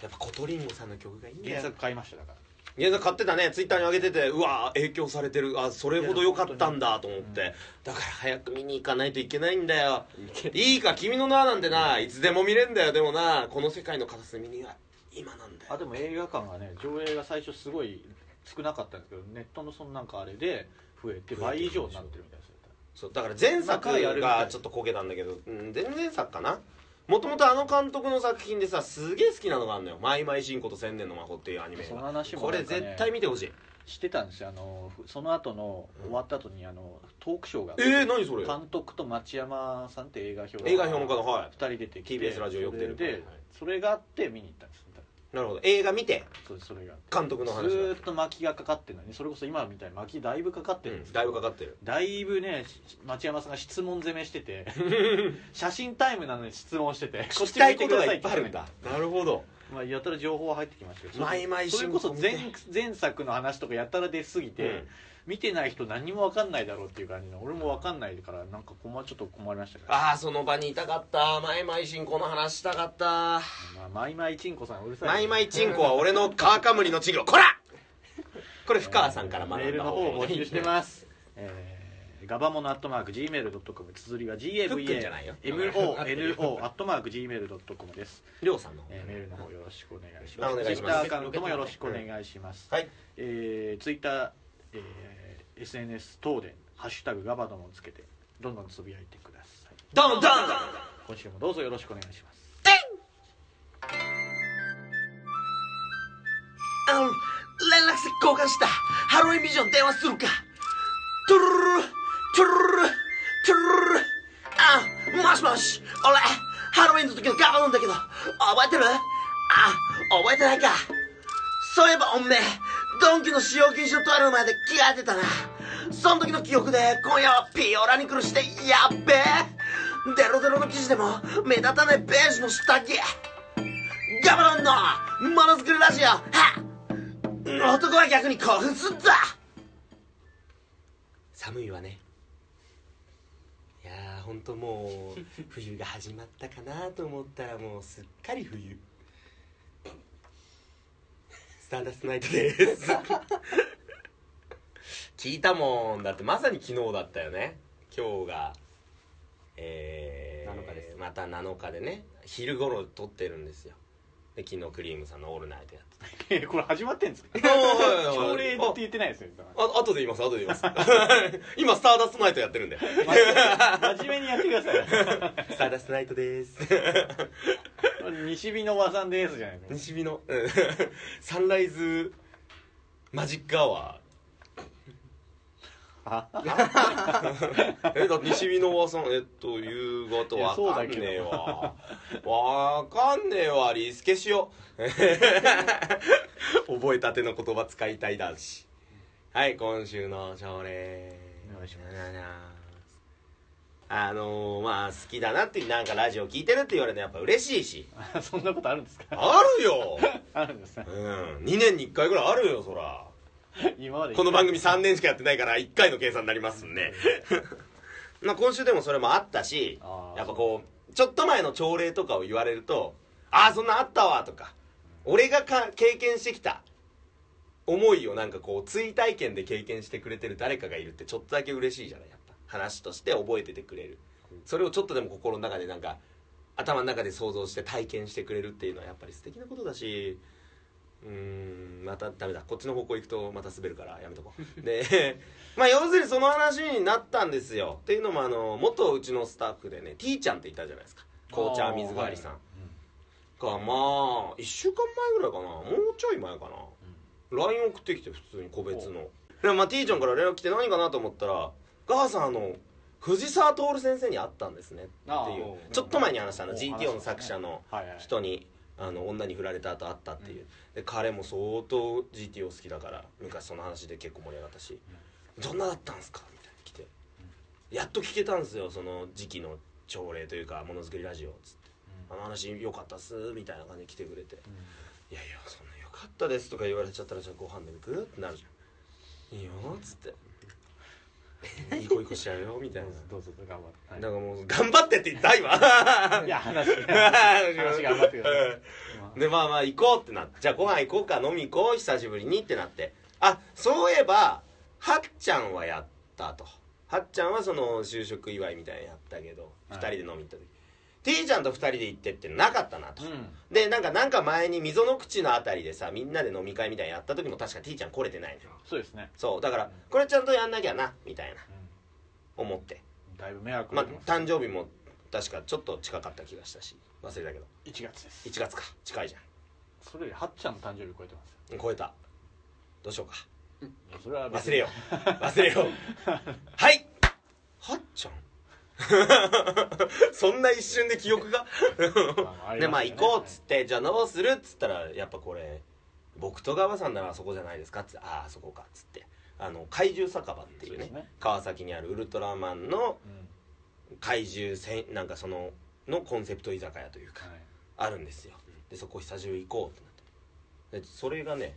Speaker 2: やっぱコトリンゴさんの曲がいいんだ
Speaker 3: 原
Speaker 2: よ
Speaker 3: 作買いましただから
Speaker 2: 原作買ってたねツイッターに上げててうわ影響されてるあそれほど良かったんだと思って、だから早く見に行かないといけないんだよいいか君の名なんてないつでも見れんだよでもなこの世界の片隅には今なんだ
Speaker 3: あ
Speaker 2: よ
Speaker 3: でも映画館がね上映が最初すごい少なかったんですけどネットのそのなんかあれで増えて倍以上になってるみたいですよ
Speaker 2: そうだから前作
Speaker 3: まあやるみたい
Speaker 2: がちょっとこけたんだけど、うん、前々作かなもともとあの監督の作品でさすげえ好きなのがあるのよ「マイマイ新子と千年の魔法」っていうアニメ
Speaker 3: その
Speaker 2: が、
Speaker 3: 話も
Speaker 2: こ
Speaker 3: なんか
Speaker 2: れ
Speaker 3: ね
Speaker 2: 絶対見てほしい
Speaker 3: してたんですよあのその後の終わった後にあのトークショーがあって
Speaker 2: えー、何それ
Speaker 3: 監督と町山さんって映画評論
Speaker 2: 映画評論家のはい
Speaker 3: 2人出てきて
Speaker 2: TBS ラジオよく出る
Speaker 3: それでそれがあって見に行ったんです
Speaker 2: なるほど映画見て
Speaker 3: そうそれがあって
Speaker 2: 監督
Speaker 3: ず
Speaker 2: の話
Speaker 3: ーっと巻きがかかってるのにそれこそ今みたいに巻きだいぶかかって
Speaker 2: う
Speaker 3: るんです
Speaker 2: ん
Speaker 3: け
Speaker 2: だ
Speaker 3: ど
Speaker 2: いぶかかってる
Speaker 3: だいぶねし町山さんが質問攻めし てて写真タイムなのに質問してて
Speaker 2: 聞きたいことがいっぱいあるん
Speaker 3: こ
Speaker 2: だ
Speaker 3: っち見てくださいって
Speaker 2: なるほど
Speaker 3: まあやたら情報は入ってきましたけど
Speaker 2: 毎々
Speaker 3: それこそ
Speaker 2: 新聞
Speaker 3: 前前作の話とかやたら出すぎて、
Speaker 2: うん
Speaker 3: 見てない人何も分かんないだろうっていう感じの俺も分かんないからなんか困ちょっと困りましたけど
Speaker 2: ああその場にいたかったマイマイチンコの話したかった
Speaker 3: まあ、マイマイチンコさんうるさい
Speaker 2: マイマイチンコは俺の川かむりのチンコこらこれ深川さんから学
Speaker 3: メー
Speaker 2: ん
Speaker 3: ル
Speaker 2: だ
Speaker 3: の
Speaker 2: 方
Speaker 3: 方を
Speaker 2: が
Speaker 3: 募
Speaker 2: いい
Speaker 3: 集してます、えー、ガバモノアットマーク Gmail.com 綴りは
Speaker 2: ふっくんじゃないよ
Speaker 3: GAVAMONO アットマーク Gmail.com です、
Speaker 2: りょうさんの
Speaker 3: えー、メールの方よろしくお願いしま
Speaker 2: お
Speaker 3: す
Speaker 2: 願いします
Speaker 3: Twitter アカウントもよろしくお願いします、
Speaker 2: はい
Speaker 3: えー、ツイッター、えー、SNS 等で「ハッシュタグガバドン」をつけてどんどんつぶやいてください
Speaker 2: ドンドン
Speaker 3: 今週もどうぞよろしくお願いします
Speaker 2: あの連絡先交換したハロウィンビジョン電話するかトゥルルルトゥルルルトゥルルルあもしもし俺ハロウィンの時のガバなんだけど覚えてるあ覚えてないかそういえばおめえドンキの使用禁止のトイレの前で着替えてたなその時の記憶で今夜はピオラに苦してやっべえデロデロの生地でも目立たないベージュの下着ガバロンのものづくりラジオはっ男は逆に興奮すんだ寒いわねいやーほんともう冬が始まったかなと思ったらもうすっかり冬スターダストナイトです聞いたもんだってまさに昨日だったよね今日がえー、
Speaker 4: 7日です
Speaker 2: また7日でね昼頃撮ってるんですよで昨日クリームさんの「オールナイト」やってた
Speaker 3: えこれ始まってん ですか朝礼って言ってないです よだか
Speaker 2: あ後で言います後で言います 今スターダストナイトやってるんで
Speaker 3: ら真面目にやってください
Speaker 2: スターダストナイトです
Speaker 3: 西日の和さんですじゃないです
Speaker 2: 西日のうんサンライズマジックアワ
Speaker 3: か
Speaker 2: ーえだって西日のはさんえっと夕方
Speaker 3: いやそう
Speaker 2: わか
Speaker 3: だ
Speaker 2: ん
Speaker 3: けど
Speaker 2: ねえわわかんねえわリスケしよう 覚えたての言葉使いたいだしはい今週の朝礼
Speaker 3: お願いします
Speaker 2: あのー、まあ好きだなってなんかラジオ聞いてるって言われるのやっぱ嬉しいし
Speaker 3: そんなことあるんですか
Speaker 2: あるよ
Speaker 3: あるんですね
Speaker 2: うん2年に1回ぐらいあるよそら
Speaker 3: 今まで
Speaker 2: この番組3年しかやってないから1回の計算になりますんで まあ今週でもそれもあったし
Speaker 3: あー
Speaker 2: やっぱこうちょっと前の朝礼とかを言われると「ああそんなんあったわ」とか俺がか経験してきた思いをなんかこう追体験で経験してくれてる誰かがいるってちょっとだけ嬉しいじゃないやっぱ話として覚えててくれるそれをちょっとでも心の中でなんか頭の中で想像して体験してくれるっていうのはやっぱり素敵なことだしうーんまたダメだこっちの方向行くとまた滑るからやめとこうで まあ要するにその話になったんですよっていうのもあの元うちのスタッフでね T ちゃんっていたじゃないですか紅茶水代わりさんがまあ1週間前ぐらいかなもうちょい前かな LINE 送ってきて普通に個別のでまあ T ちゃんから連絡来て何かなと思ったら「ガーさんあの藤沢徹先生に会ったんですね」ってい
Speaker 3: あ
Speaker 2: う
Speaker 3: あ
Speaker 2: ちょっと前に話したの
Speaker 3: お
Speaker 2: GTO の作者の
Speaker 3: はいはい
Speaker 2: 人にあの女に振られた後会ったっていう、で彼も相当 GTO 好きだから昔その話で結構盛り上がったし「どんなだったんすか?」みたいに来て、やっと聞けたんですよその時期の朝礼というかものづくりラジオつって、あの話良かったっす」みたいな感じで来てくれて「いやいやそんな良かったです」とか言われちゃったらじゃあご飯でも行くってなるじゃん「いいよ」っつって「いい子いい子しちゃうよ」みたいな。
Speaker 3: どうぞ頑張っ
Speaker 2: だ
Speaker 3: て
Speaker 2: からもう頑張ってって言った今
Speaker 3: いや話話頑張ってください
Speaker 2: うんでまあまあ行こうってなってじゃあご飯行こうか飲み行こう久しぶりにってなってあそういえばはっちゃんはやったとはっちゃんはその就職祝いみたいなのやったけど
Speaker 3: は
Speaker 2: 2
Speaker 3: い
Speaker 2: 人で飲み行った時、T ちゃんと2人で行ってってなかったなと、
Speaker 3: うん
Speaker 2: でなんかなんか前に溝の口のあたりでさみんなで飲み会みたいなのやった時も確か T ちゃん来れてないのよ
Speaker 3: そうですね
Speaker 2: そうだからこれちゃんとやんなきゃなみたいな思って
Speaker 3: だいぶ迷惑
Speaker 2: ま
Speaker 3: か
Speaker 2: あ
Speaker 3: けます
Speaker 2: 誕生日も確かちょっと近かった気がしたし忘れたけど
Speaker 3: 1月です
Speaker 2: 1月か近いじゃん
Speaker 3: それよりはっちゃんの誕生日超えてますよ
Speaker 2: 超えたどうしようか
Speaker 3: いやそれは別
Speaker 2: 忘
Speaker 3: に
Speaker 2: れよう忘れ ようはいはっちゃん そんな一瞬で記憶が
Speaker 3: まあ
Speaker 2: でまあ行こうっつってじゃあどうするっつったらやっぱこれ僕と川さんならあそこじゃないですかっつってあああそこかっつってあの怪獣酒場っていう
Speaker 3: そうで
Speaker 2: ね
Speaker 3: すね
Speaker 2: 川崎にあるウルトラマンの
Speaker 3: うん
Speaker 2: 怪獣戦なんかそののコンセプト居酒屋というか
Speaker 3: はい
Speaker 2: あるんですよでそこ久しぶり行こうってなってでそれがね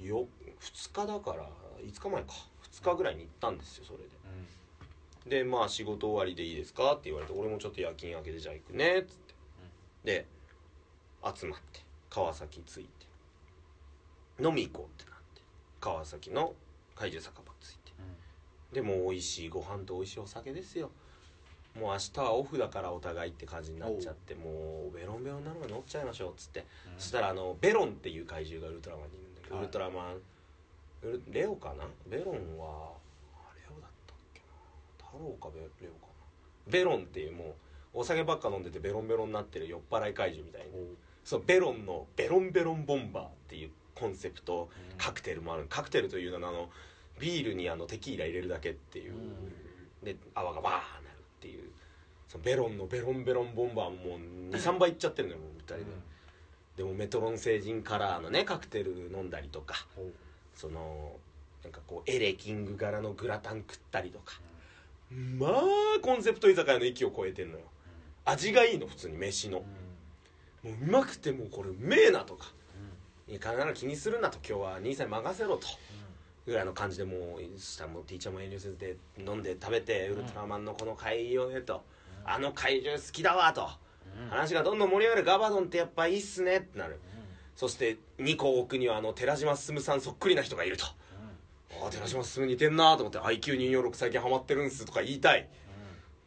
Speaker 2: よ2日だから5日前か2日ぐらいに行ったんですよそれで
Speaker 3: うん
Speaker 2: でまあ仕事終わりでいいですかって言われて俺もちょっと夜勤明けでじゃあ行くねっつってで集まって川崎着いて飲み行こうってなって川崎の怪獣酒場着いてでもう美味しいご飯と美味しいお酒ですよもう明日はオフだからお互いって感じになっちゃってもうベロンベロンなのが乗っちゃいましょうっつって、
Speaker 3: うん
Speaker 2: そしたらあのベロンっていう怪獣がウルトラマンにいるんだけど、
Speaker 3: はい
Speaker 2: ウルトラマンウルレオかなベロンはあレオだったっけな太郎かベレオかなベロンっていうもうお酒ばっか飲んでてベロンベロンになってる酔っ払い怪獣みたいなそうベロンのベロンベロンボンバーっていうコンセプト
Speaker 3: うん
Speaker 2: カクテルもあるカクテルという名のあのビールにあのテキーラ入れるだけっていう、で泡がバーなるっていうそのベロンのベロンベロンボンバーももう23杯いっちゃって るのよもう2人で、でもメトロン星人カラーのねカクテル飲んだりとか
Speaker 3: ほう
Speaker 2: そのなんかこうエレキング柄のグラタン食ったりとかまあコンセプト居酒屋の域を超えてんのよ味がいいの普通に飯のもううまくてもうこれうめえなとかいや必ず気にするなと今日は兄さんに任せろとぐらいの感じでもう下もティーチャーも遠慮せずで飲んで食べてウルトラマンのこの怪獣ねとあの怪獣好きだわと話がどんどん盛り上がるガバドンってやっぱいいっすねってなるそして2個奥にはあの寺島進さんそっくりな人がいるとああ寺島進似てんなと思って IQ246 最近ハマってるんすとか言いたい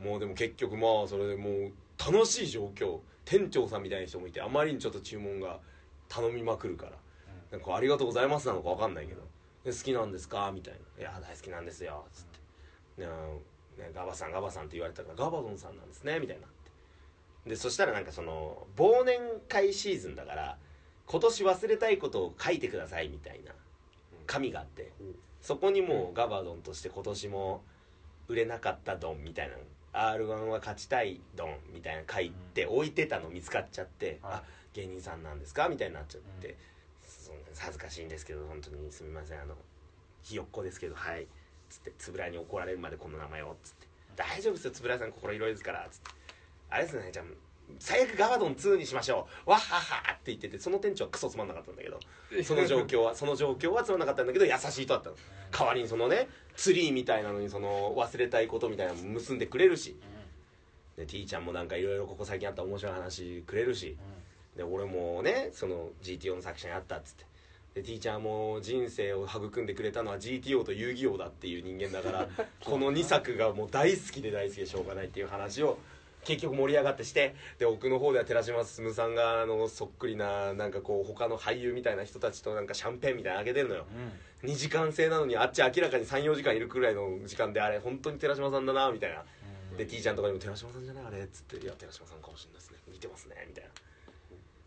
Speaker 2: もうでも結局まあそれでもう楽しい状況店長さんみたいな人もいてあまりにちょっと注文が頼みまくるからなんかこうありがとうございますなのか分かんないけどで好きなんですかみたいな「いや大好きなんですよ」つって、うんね「ガバさんガバさん」って言われたから「ガバドンさんなんですね」みたいになってでそしたらなんかその忘年会シーズンだから今年忘れたいことを書いてくださいみたいな紙があってそこにもうガバドンとして今年も売れなかったドンみたいな r 1は勝ちたいドンみたいなの書いて置いてたの見つかっちゃって「
Speaker 3: はい
Speaker 2: あ芸人さんなんですか?」みたいになっちゃって、そんな恥ずかしいんですけど本当にすみませんあのひよっこですけどはい」つって「つぶらに怒られるまでこの名前を」つって「大丈夫ですよつぶらさん心広いですから」つって「あれですねじゃあ最悪ガバドン2にしましょうわっはっは」って言っててその店長はクソつまんなかったんだけどその状況はその状況はつまんなかったんだけど優しい人だったの代わりにそのねツリーみたいなのにその忘れたいことみたいなのも結んでくれるしで T ちゃんもなんかいろいろここ最近あった面白い話くれるしで俺もねその GTO の作者に会ったっつってで T ちゃんも人生を育んでくれたのは GTO と遊戯王だっていう人間だからこの2作がもう大好きで大好きでしょうがないっていう話を結局盛り上がってしてで奥の方では寺島進さんがあのそっくりななんかこう他の俳優みたいな人たちとなんかシャンペーンみたいなのあげてるのよ、2時間制なのにあっち明らかに34時間いるくらいの時間であれ本当に寺島さんだなみたいな、で T ちゃんとかにも「寺島さんじゃないあれ」っつって「いや寺島さんかもしれないですね似てますね」みたい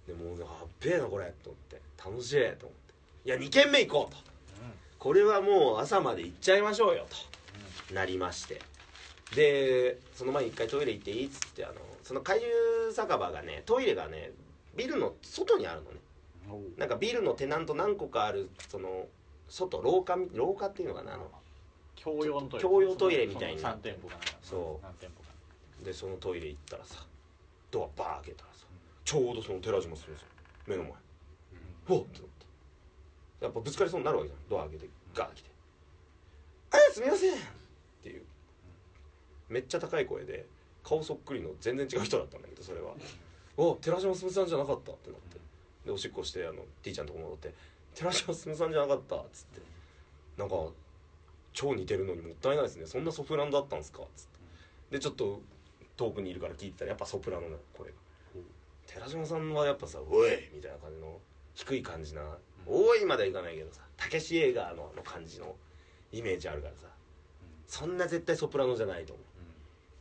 Speaker 2: なでもうやっべえなこれと思って楽しいと思っていや2軒目行こうと、これはもう朝まで行っちゃいましょうよと、なりましてでその前に一回トイレ行っていいっつってあのその回遊酒場がねトイレがねビルの外にあるのねなんかビルのテナント何個かあるその外廊下み廊下っていうのかなあの
Speaker 3: 共用のトイレ
Speaker 2: 共用トイレみたいな
Speaker 3: その3店舗かな
Speaker 2: そう
Speaker 3: 何店舗か
Speaker 2: でそのトイレ行ったらさドアバー開けたらさちょうどその寺島するさ目の前うわっってなってやっぱぶつかりそうになるわけじゃんドア開けてガーッ来て「あすみません!」っていうめっちゃ高い声で顔そっくりの全然違う人だったんだけどそれは「お寺島すむさんじゃなかった」ってなってでおしっこしてあの T ちゃんとこ戻って「寺島すむさんじゃなかった」っつってなんか超似てるのにもったいないですねそんなソプラノだったんですかっつってでちょっと遠くにいるから聞いてたらやっぱソプラノなの声が寺島さんはやっぱさ「おい!」みたいな感じの低い感じな「おい!」まではいかないけどさたけし映画のあの感じのイメージあるからさそんな絶対ソプラノじゃないと思う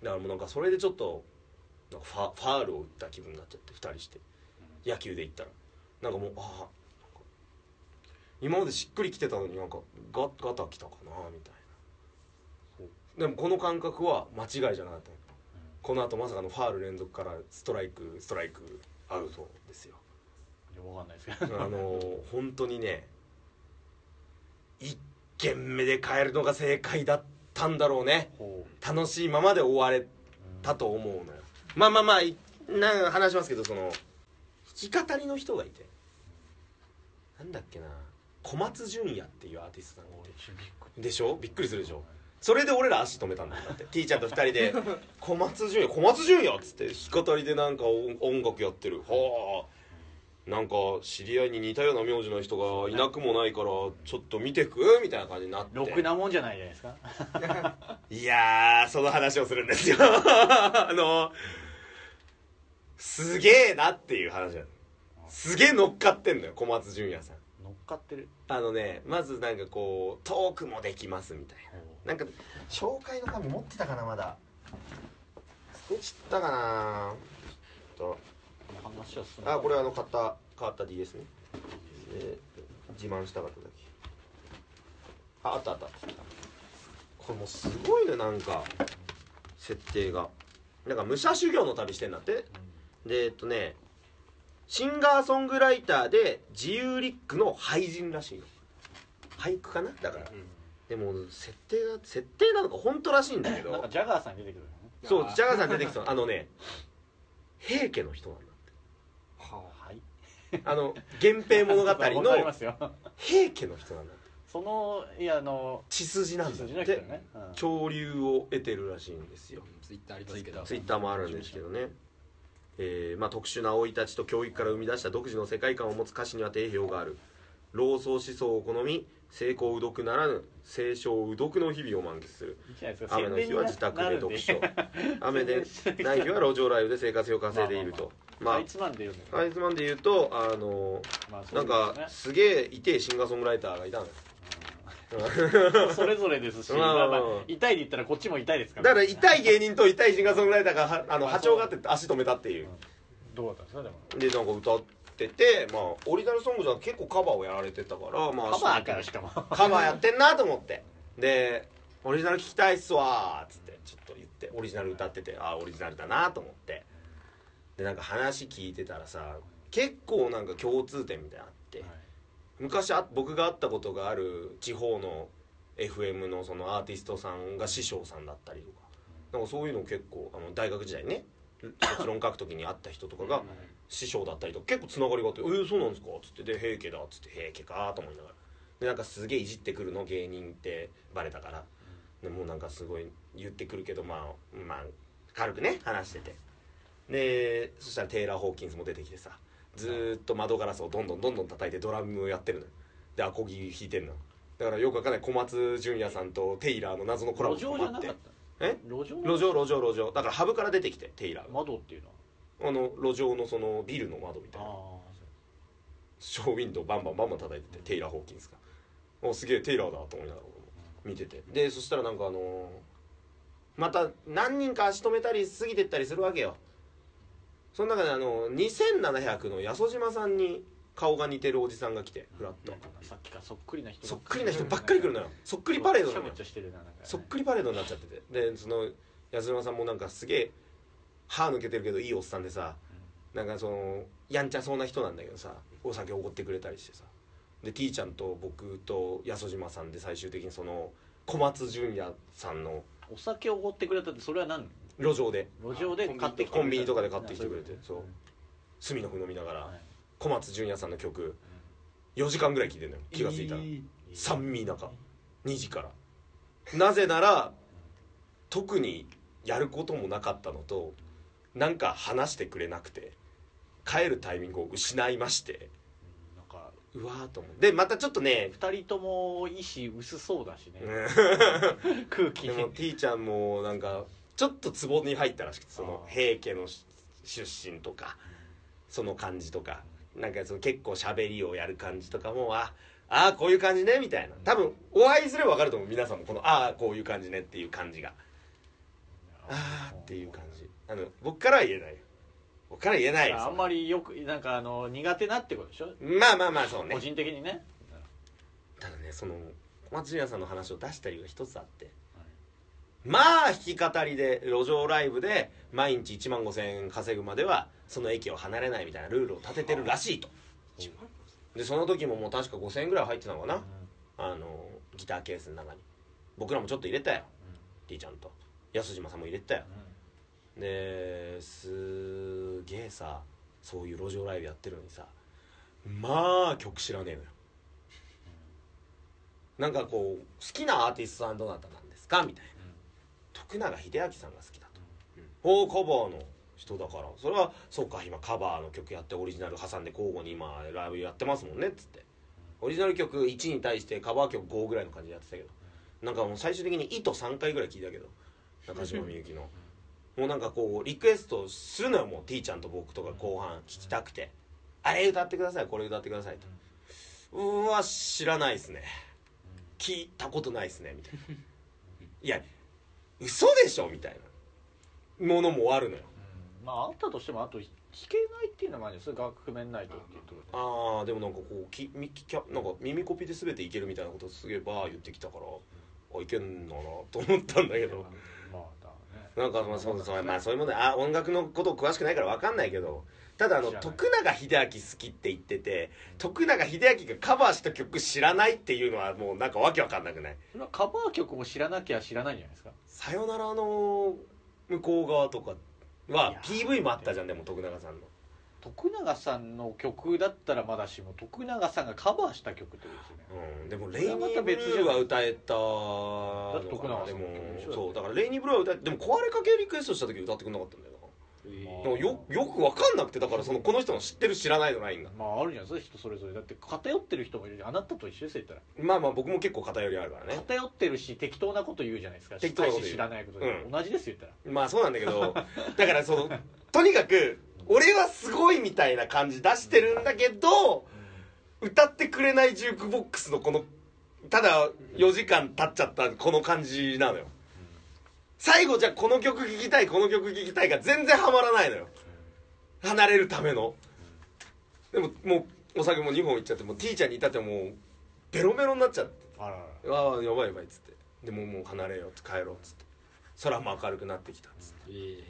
Speaker 2: だからもうなんかそれでちょっとなんかファファールを打った気分になっちゃって2人して野球で行ったらなんかもうああなんか今までしっくりきてたのになんかガガタきたかなみたいなでもこの感覚は間違いじゃなかったこの後まさかのファール連続からストライクストライクアウトですよ
Speaker 3: いやわかんないですけ
Speaker 2: あ
Speaker 3: ど
Speaker 2: のー本当にね1軒目で帰るのが正解だったんだろうね
Speaker 3: ほ
Speaker 2: 楽しいままで終われたと思うのよまあまあまあいな話しますけどその弾き語りの人がいてなんだっけな小松純也っていうアーティストさんがいてでしょびっくりするでしょそれで俺ら足止めたんだよだって T ちゃんと2人 で「小松純也小松純也」っつって弾き語りでなんか音音楽やってるはあなんか知り合いに似たような名字の人がいなくもないからちょっと見てくみたいな感じになって
Speaker 3: ろくなもんじゃないじゃないですか
Speaker 2: いやー、その話をするんですよ。 あの、すげえなっていう話なの。すげえ乗っかってんのよ、小松純也さん。
Speaker 3: 乗っかってる
Speaker 2: あのね、まずなんかこう、トークもできますみたいな。なんか、紹介の紙持ってたかな、まだ。捨てちったかなちょっ
Speaker 3: 話は進ん
Speaker 2: と。あ、これあの、買った、変わった DS ね。で自慢したかっただけ。あ、あったあった。これもうすごいね、なんか。設定がなんか武者修行の旅してんだって、でえっとねシンガーソングライターで自由リックの俳人らしいよ俳句かなだから、でも設定が設定なのか本当らしいんだけ
Speaker 3: なん
Speaker 2: ど
Speaker 3: かジャガーさんに出てくるよね
Speaker 2: そうジャガーさん出てきたのあのね平家の人なんだ
Speaker 3: はい
Speaker 2: ってあの源平物語
Speaker 3: わかりま
Speaker 2: の
Speaker 3: すよ
Speaker 2: 平家の人なんだって
Speaker 3: そのいやあの
Speaker 2: 血筋なん
Speaker 3: 血
Speaker 2: だっ
Speaker 3: 筋の人
Speaker 2: て
Speaker 3: ねうん
Speaker 2: 潮流を得てるらしいんですよ
Speaker 4: ツイッターありますけど
Speaker 2: ツイッターもあるんですけどね、えーまあ、特殊な生い立ちと教育から生み出した独自の世界観を持つ歌詞には定評がある老僧思想を好み成功うどくならぬ清少うどくの日々を満喫する
Speaker 3: いいじゃないですか
Speaker 2: 雨 の日は自宅で読書雨でない日は路上ライブで生活費を稼いでいるとまあ
Speaker 3: かいつまんで言うんだよ
Speaker 2: アイズマンで言うとあの
Speaker 3: まあそ
Speaker 2: な
Speaker 3: うんですね
Speaker 2: かすげえ痛いシンガーソングライターがいたのよ
Speaker 3: それぞれです し、
Speaker 2: うん
Speaker 3: まあまあ、痛いで言ったらこっちも痛いですか
Speaker 2: だからら痛い芸人と痛いシンガーソングライターがはあの
Speaker 3: まあ
Speaker 2: 波長があって足止めたっていう
Speaker 3: どうだったんですかでも
Speaker 2: でなんか歌っててまあオリジナルソングじゃなくて結構カバーをやられてたからまあ
Speaker 3: カバーからしかも
Speaker 2: カバーやってんなと思ってでオリジナル聴きたいっすわーっつってちょっと言ってオリジナル歌っててあーオリジナルだなと思ってでなんか話聞いてたらさ結構なんか共通点みたいなのあって、昔あ僕が会ったことがある地方の FM のそのアーティストさんが師匠さんだったりとかなんかそういうの結構あの大学時代にね結論書く時に会った人とかが師匠だったりとか結構つながりがあって「えー、そうなんですか?」っつって「で平家だ」っつって「平家か」と思いながらでなんかすげえいじってくるの芸人ってバレたからでもうなんかすごい言ってくるけどまあまあ軽くね話しててでそしたらテイラー・ホーキンスも出てきてさずーっと窓ガラスをどんどんどんどん叩いてドラムをやってるのよでアコギ弾いてんのだからよくわかんない小松純也さんとテイラーの謎のコラボ
Speaker 3: 路
Speaker 2: とか
Speaker 3: 上じ
Speaker 2: も
Speaker 3: ゃ
Speaker 2: あ
Speaker 3: な
Speaker 2: って
Speaker 3: かった
Speaker 2: え
Speaker 3: 路上
Speaker 2: 路上路上路上だからハブから出てきてテイラーが
Speaker 3: 窓っていうの
Speaker 2: あの路上のそのビルの窓みたいな
Speaker 3: あ
Speaker 2: ショーウィンドウバンバンバンバン叩いててテイラー・ホーキンスが「おすげえテイラーだ」と思いながら俺も見ててでそしたらなんかあのーまた何人か足止めたり過ぎてったりするわけよその中であのー2700の八十島さんに顔が似てるおじさんが来てフラッ
Speaker 3: あ
Speaker 2: と
Speaker 3: さっきからそっくりな人
Speaker 2: そっくりな人ばっかり来るのよそっくりパレードなの
Speaker 3: め
Speaker 2: よ
Speaker 3: っちゃしてるななんかね
Speaker 2: そっくりパレードになっちゃっててでその安島さんもなんかすげえ歯抜けてるけどいいおっさんでさなんかそのやんちゃそうな人なんだけどさお酒おごってくれたりしてさで T ちゃんと僕と安島さんで最終的にその小松純也さんの
Speaker 3: お酒をおごってくれたってそれは何
Speaker 2: 路上で
Speaker 3: 路上で買ってきてくれた
Speaker 2: コンビニとかで買ってきてくれて
Speaker 3: そういうこ
Speaker 2: 隅の風飲みなが
Speaker 3: とは
Speaker 2: ら
Speaker 3: い
Speaker 2: 小松純也さんの曲4時間ぐらい聴いてんのよ気がついたら三味中2時からなぜなら特にやることもなかったのとなんか話してくれなくて帰るタイミングを失いまして
Speaker 3: なんか
Speaker 2: うわーと思ってでまたちょっとね
Speaker 3: 二人とも意思薄そうだし ね
Speaker 2: うん
Speaker 3: 空気
Speaker 2: でも T ちゃんもなんかちょっとツボに入ったらしくてその
Speaker 3: あー
Speaker 2: 平家の出身とかその感じとかなんかその結構喋りをやる感じとかもああーこういう感じねみたいな多分お会いすれば分かると思う皆さんもこのああこういう感じねっていう感じがあーっていう感じあの僕からは言えないよ僕からは言えないよ
Speaker 3: あんまりよくなんかあの苦手なってことでしょ
Speaker 2: そのまあまあまあそうね
Speaker 3: 個人的にね
Speaker 2: ただねその小松純也さんの話を出した理由が一つあってまあ弾き語りで路上ライブで毎日1万5000円稼ぐまではその駅を離れないみたいなルールを立ててるらしいとでその時ももう確か5000円ぐらい入ってたのかな、あのギターケースの中に僕らもちょっと入れたよ T ちゃんと安島さんも入れてたよですげえさそういう路上ライブやってるのにさまあ曲知らねえのよなんかこう好きなアーティストさんどなたなんですかみたいな徳永英明さんが好きだと、おおカバーの人だからそれはそうか今カバーの曲やってオリジナル挟んで交互に今ライブやってますもんねっつってオリジナル曲1に対してカバー曲5ぐらいの感じでやってたけどなんかもう最終的に「糸」3回ぐらい聞いたけど中島みゆきのもうなんかこうリクエストするのよもう T ちゃんと僕とか後半聞きたくて「あれ歌ってくださいこれ歌ってください」と「うわ知らないですね聞いたことないですね」みたいな「いや嘘でしょ」みたいなものも終わるのよ
Speaker 3: まああったとしてもあと弾けないっていうのもあるんですよ楽譜面ないとっていうところで
Speaker 2: ああでもなんかこうきみききゃなんか耳コピで全ていけるみたいなことすげえバー言ってきたからあいけんのなと思ったんだけど
Speaker 3: まあだね
Speaker 2: なんかまあそうそうまあそういうもんであ音楽のこと詳しくないから分かんないけどただあの
Speaker 3: 知らない
Speaker 2: 徳永英明好きって言ってて徳永英明がカバーした曲知らないっていうのはもうなんかわけわかんなくない
Speaker 3: それはカバー曲も知らなきゃ知らないんじゃないですか
Speaker 2: 「さよなら」の向こう側とか
Speaker 3: い
Speaker 2: は
Speaker 3: や
Speaker 2: PV もあったじゃんでも徳永さんの
Speaker 3: 徳永さんの曲だったらまだしも徳永さんがカバーした曲ってことですよね
Speaker 2: うんでもレイニー・ブルーは歌えたの
Speaker 3: だって
Speaker 2: か
Speaker 3: 徳
Speaker 2: な
Speaker 3: 永
Speaker 2: で
Speaker 3: さん
Speaker 2: も
Speaker 3: の曲でしょ
Speaker 2: そうだからレイニー・ブルーは歌えでも壊れかけリクエストした時歌ってくれなかったんだよな
Speaker 3: ま
Speaker 2: なん
Speaker 3: あ
Speaker 2: かよよく分かんなくてだからそのこの人の知ってる知らないのラインが
Speaker 3: まああるじゃないですか人それぞれだって偏ってる人もいるじゃんあなたと一緒ですよ言った
Speaker 2: まあまあ僕も結構偏りあるから
Speaker 3: ら、
Speaker 2: ね
Speaker 3: 偏ってるし適当なこと言うじゃないですか
Speaker 2: 適当なこと言う
Speaker 3: 大して知らないことで、
Speaker 2: うん
Speaker 3: 同じですよ言ったら
Speaker 2: まあそうなんだけどだからそのとにかく俺はすごいみたいな感じ出してるんだけど歌ってくれないジュークボックスのこのただ4時間経っちゃったこの感じなのよ最後じゃあこの曲聴きたいこの曲聴きたいが全然ハマらないのよ離れるためのでももうお酒も2本いっちゃってもう T ちゃんに至ってはもうベロベロになっちゃって
Speaker 3: あらら
Speaker 2: 「ああやばいやばい」っつって「でももう離れよう」っつって帰ろうっつって空も明るくなってきたっつって
Speaker 4: い
Speaker 2: ね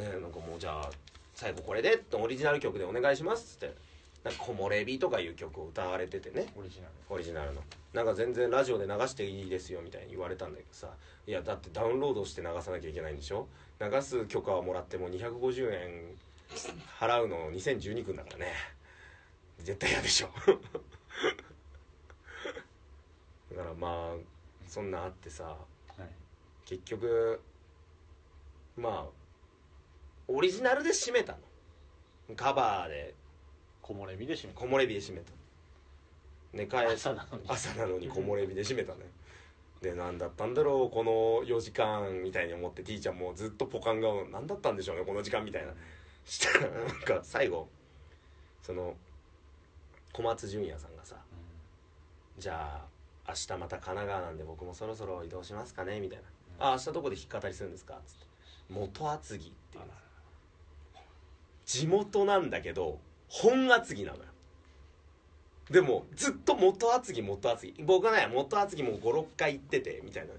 Speaker 2: えなんかもうじゃあ最後これでオリジナル曲でお願いしますっつって「なんか木漏れ日」とかいう曲を歌われててね
Speaker 3: オリジナル
Speaker 2: オリジナルのなんか全然ラジオで流していいですよみたいに言われたんだけどさいやだってダウンロードして流さなきゃいけないんでしょ流す許可はもらっても250円払うの2012君だからね絶対嫌でしょ だからまあそんなんあってさ
Speaker 3: はい
Speaker 2: 結局まあオリジナルで締めたのカバーで
Speaker 3: 木漏れ日で締め
Speaker 2: 木漏れ日で締めた寝返
Speaker 3: 朝なのに
Speaker 2: 朝なのに木漏れ日で締めたねで何だったんだろうこの4時間みたいに思って T ちゃんもずっとポカン顔何だったんでしょうねこの時間みたいなしたらなんか最後その小松純也さんがさ「じゃあ明日また神奈川なんで僕もそろそろ移動しますかね」みたいな「あ明日どこで弾き語りするんですか?」っつって「元厚木」っていう地元なんだけど本厚木なのよでもずっと元厚木元厚木僕はね元厚木もう56回行っててみたいな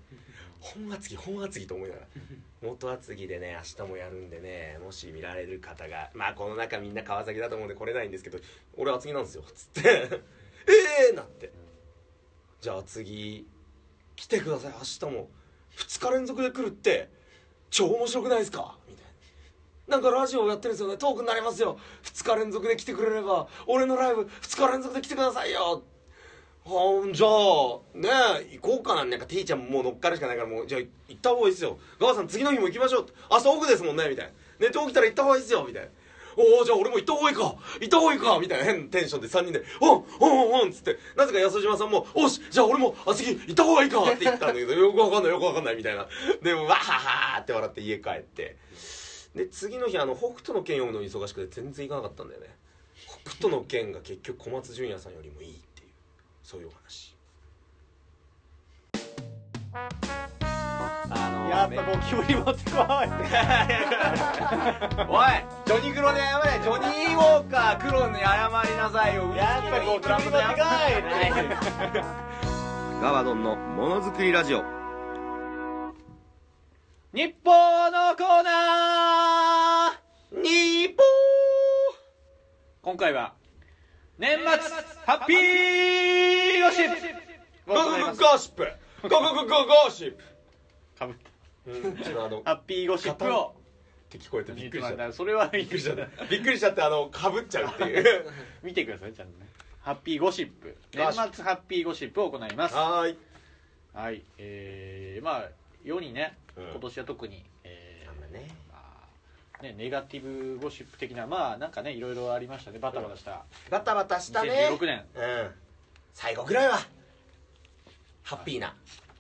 Speaker 2: 本厚木本厚木と思いながら元厚木でね明日もやるんでねもし見られる方がまあこの中みんな川崎だと思うんで来れないんですけど俺厚木なんですよつってええー、なってじゃあ厚木来てください明日も2日連続で来るって超面白くないですかみたいななんかラジオやってるんですよねトークになりますよ2日連続で来てくれれば俺のライブ2日連続で来てくださいよはあじゃあねえ行こうかななんか T ちゃんももう乗っかるしかないからもうじゃあ行った方がいいですよガワさん次の日も行きましょう明日オフですもんねみたいな寝て起きたら行った方がいいですよみたいなおおじゃあ俺も行った方がいいか行った方がいいかみたいな変なテンションで3人で「おんおんおんおん」っつってなぜか安島さんも「おしじゃあ俺もあ次行った方がいいか」って言ったんだけどよくわかんないよくわかんないみたいなでもわははーって笑って家帰ってで次の日あの北斗の拳読むのに忙しくて全然行かなかったんだよね北斗の拳が結局小松純也さんよりもいいっていうそういうお話あの
Speaker 3: やっぱゴキブリ持ってこい
Speaker 2: おいジョニークロで謝れジョニーウォーカークロに謝りなさいよ
Speaker 3: やっぱゴキブリ持ってこい
Speaker 2: ガバドンのものづくりラジオ
Speaker 3: 日本のコーナー
Speaker 2: ニーポ
Speaker 3: 今回は年末ハッピーゴシップ
Speaker 2: ーゴゴゴゴシップゴゴゴゴゴシップ
Speaker 3: かぶった
Speaker 2: うんちょっとあの
Speaker 3: ハッピーゴシップを
Speaker 2: って聞こえてびっくりしちゃった
Speaker 3: それはび
Speaker 2: び
Speaker 3: っ
Speaker 2: っくりしちゃったびっくりしちゃってあのかぶっちゃうっていう
Speaker 3: 見てくださいちゃんとねハッピーゴシップ年
Speaker 2: ゴシップ
Speaker 3: 末ハッピーゴシップを行います
Speaker 2: はーい
Speaker 3: はいえー、まあ世にね
Speaker 2: うん
Speaker 3: 今年は特に、えー
Speaker 2: なんだね
Speaker 3: まあねネガティブゴシップ的なまあなんかねいろいろありましたねバタバタした
Speaker 2: バタバタしたね
Speaker 3: 2016年
Speaker 2: うん最後ぐらいはハッピーな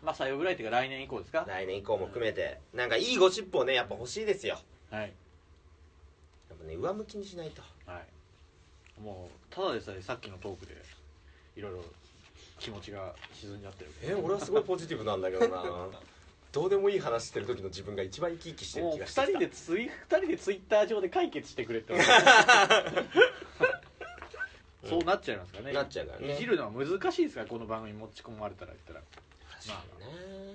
Speaker 3: まあ最後ぐらいっていうか来年以降ですか
Speaker 2: 来年以降も含めてなんかいいゴシップをねやっぱ欲しいですよ
Speaker 3: はい
Speaker 2: やっぱね上向きにしないと
Speaker 3: はい、もうただでさえさっきのトークでいろいろ気持ちが沈んじゃってる
Speaker 2: え俺はすごいポジティブなんだけどなどうでもいい話してる時の自分が一番生き生きしてる
Speaker 3: もう
Speaker 2: 気
Speaker 3: 2
Speaker 2: がしてき
Speaker 3: 人
Speaker 2: た
Speaker 3: でツイ二人でツイッター上で解決してくれって思う そうなっちゃいますからね
Speaker 2: なっちゃうからね
Speaker 3: いじるのは難しいですからこの番組持ち込まれたら言ったら
Speaker 2: 確かにね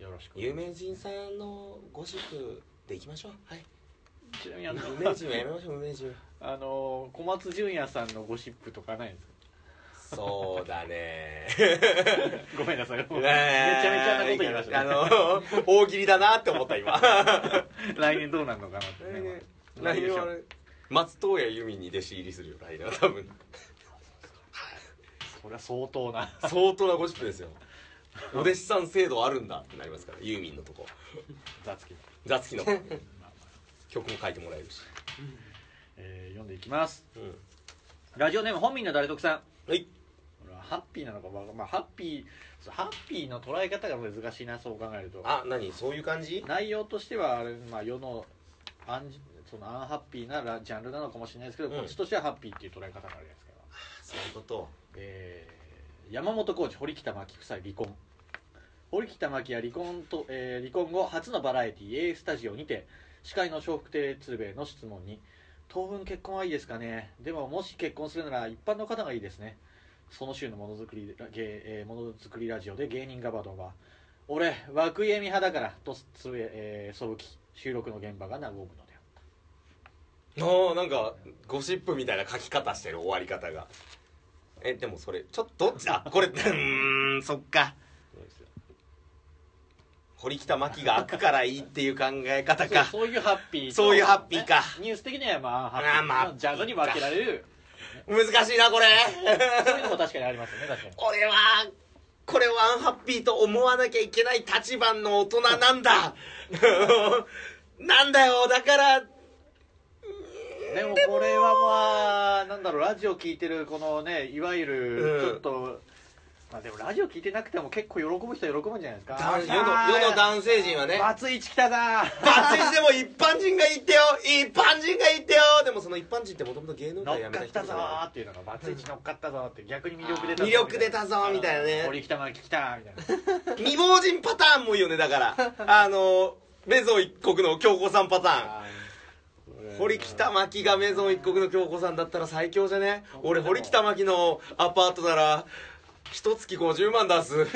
Speaker 3: よろしく
Speaker 2: 有名人さんのゴシップでいきましょうはい
Speaker 3: ちなみにあの
Speaker 2: 有名人はやめましょう有名人は
Speaker 3: あの小松純也さんのゴシップとかないんですか
Speaker 2: そうだね
Speaker 3: ごめんなさいも
Speaker 2: め
Speaker 3: うめちゃめちゃなこと言いました、
Speaker 2: あの大喜利だなって思った 今
Speaker 3: 来年どうなるのかなってねまあ
Speaker 2: 来年はあれ松任谷由実に弟子入りするよ来年は多分
Speaker 3: それは相当な
Speaker 2: 相当なゴシップ ですよお弟子さん制度あるんだってなりますからユーミンのとこ
Speaker 3: ざつき
Speaker 2: 座付きの 曲も書いてもらえるし
Speaker 3: えー読んでいきます
Speaker 2: うん
Speaker 3: ラジオネーム本民の誰得さん
Speaker 2: はい
Speaker 3: これはハッピーなのか、まあまあ、ハッピーそうハッピーの捉え方が難しいなそう考えると
Speaker 2: あ何そういう感じ
Speaker 3: 内容としてはあれ、まあ、世のアンジそのアンハッピーなラジャンルなのかもしれないですけど、
Speaker 2: うん
Speaker 3: こっちとしてはハッピーっていう捉え方があるじゃないですか、
Speaker 2: そういうこと
Speaker 3: えー山本浩二堀北真希夫妻離婚堀北真希は離婚と、えー離婚後初のバラエティ A スタジオにて司会の笑福亭鶴瓶の質問に「当分結婚はいいですかねでももし結婚するなら一般の方がいいですね」その週のものづくりラ芸、えーものづくりラジオで芸人ガバドンは「俺涌井絵美派だから」とつぶや、えー、そぶき収録の現場が和むのであっ
Speaker 2: ああなんかゴシップみたいな書き方してる終わり方がえでもそれちょっとどっちあこれうーんそっか堀北真希が開くからいいっていう考え方
Speaker 3: た
Speaker 2: か
Speaker 3: そうそういうハッピーと
Speaker 2: そういうハッピーか
Speaker 3: ニュース的にはまあハッピ
Speaker 2: あー
Speaker 3: ー
Speaker 2: まあ
Speaker 3: ジャンルに分けられる
Speaker 2: 難しいなこれ
Speaker 3: そういうのも確かにありますよね、確かに。
Speaker 2: 俺はこれをアンハッピーと思わなきゃいけない立場の大人なんだ なんだよだから
Speaker 3: でもこれはまあ、なんだろう、ラジオ聞いてる、このね、いわゆ
Speaker 2: うん
Speaker 3: る、ちょっと、まあでもラジオ聞いてなくても結構喜ぶ人は喜ぶんじゃないですか。
Speaker 2: 男世の
Speaker 3: あー
Speaker 2: 世の男性陣はね
Speaker 3: バツイチ来たな ー
Speaker 2: バッチリでも一般人が言ってよ一般人が言ってよでもその一般人ってもともと芸能
Speaker 3: 乗
Speaker 2: 界
Speaker 3: っ
Speaker 2: 辞め
Speaker 3: か
Speaker 2: た
Speaker 3: っ
Speaker 2: 人
Speaker 3: た
Speaker 2: だ
Speaker 3: ぞ
Speaker 2: か
Speaker 3: ーっていうのが、バツイチ乗っかったぞーって逆に魅力出た
Speaker 2: ら魅力出たぞみたいなね
Speaker 3: 堀北真希来たーみ たいな。
Speaker 2: 未亡人パターンもいいよねだからあのメゾン一国の京子さんパターン堀北真希がメゾン一国の京子さんだったら最強じゃね俺堀北真希のアパートなら一月50万出す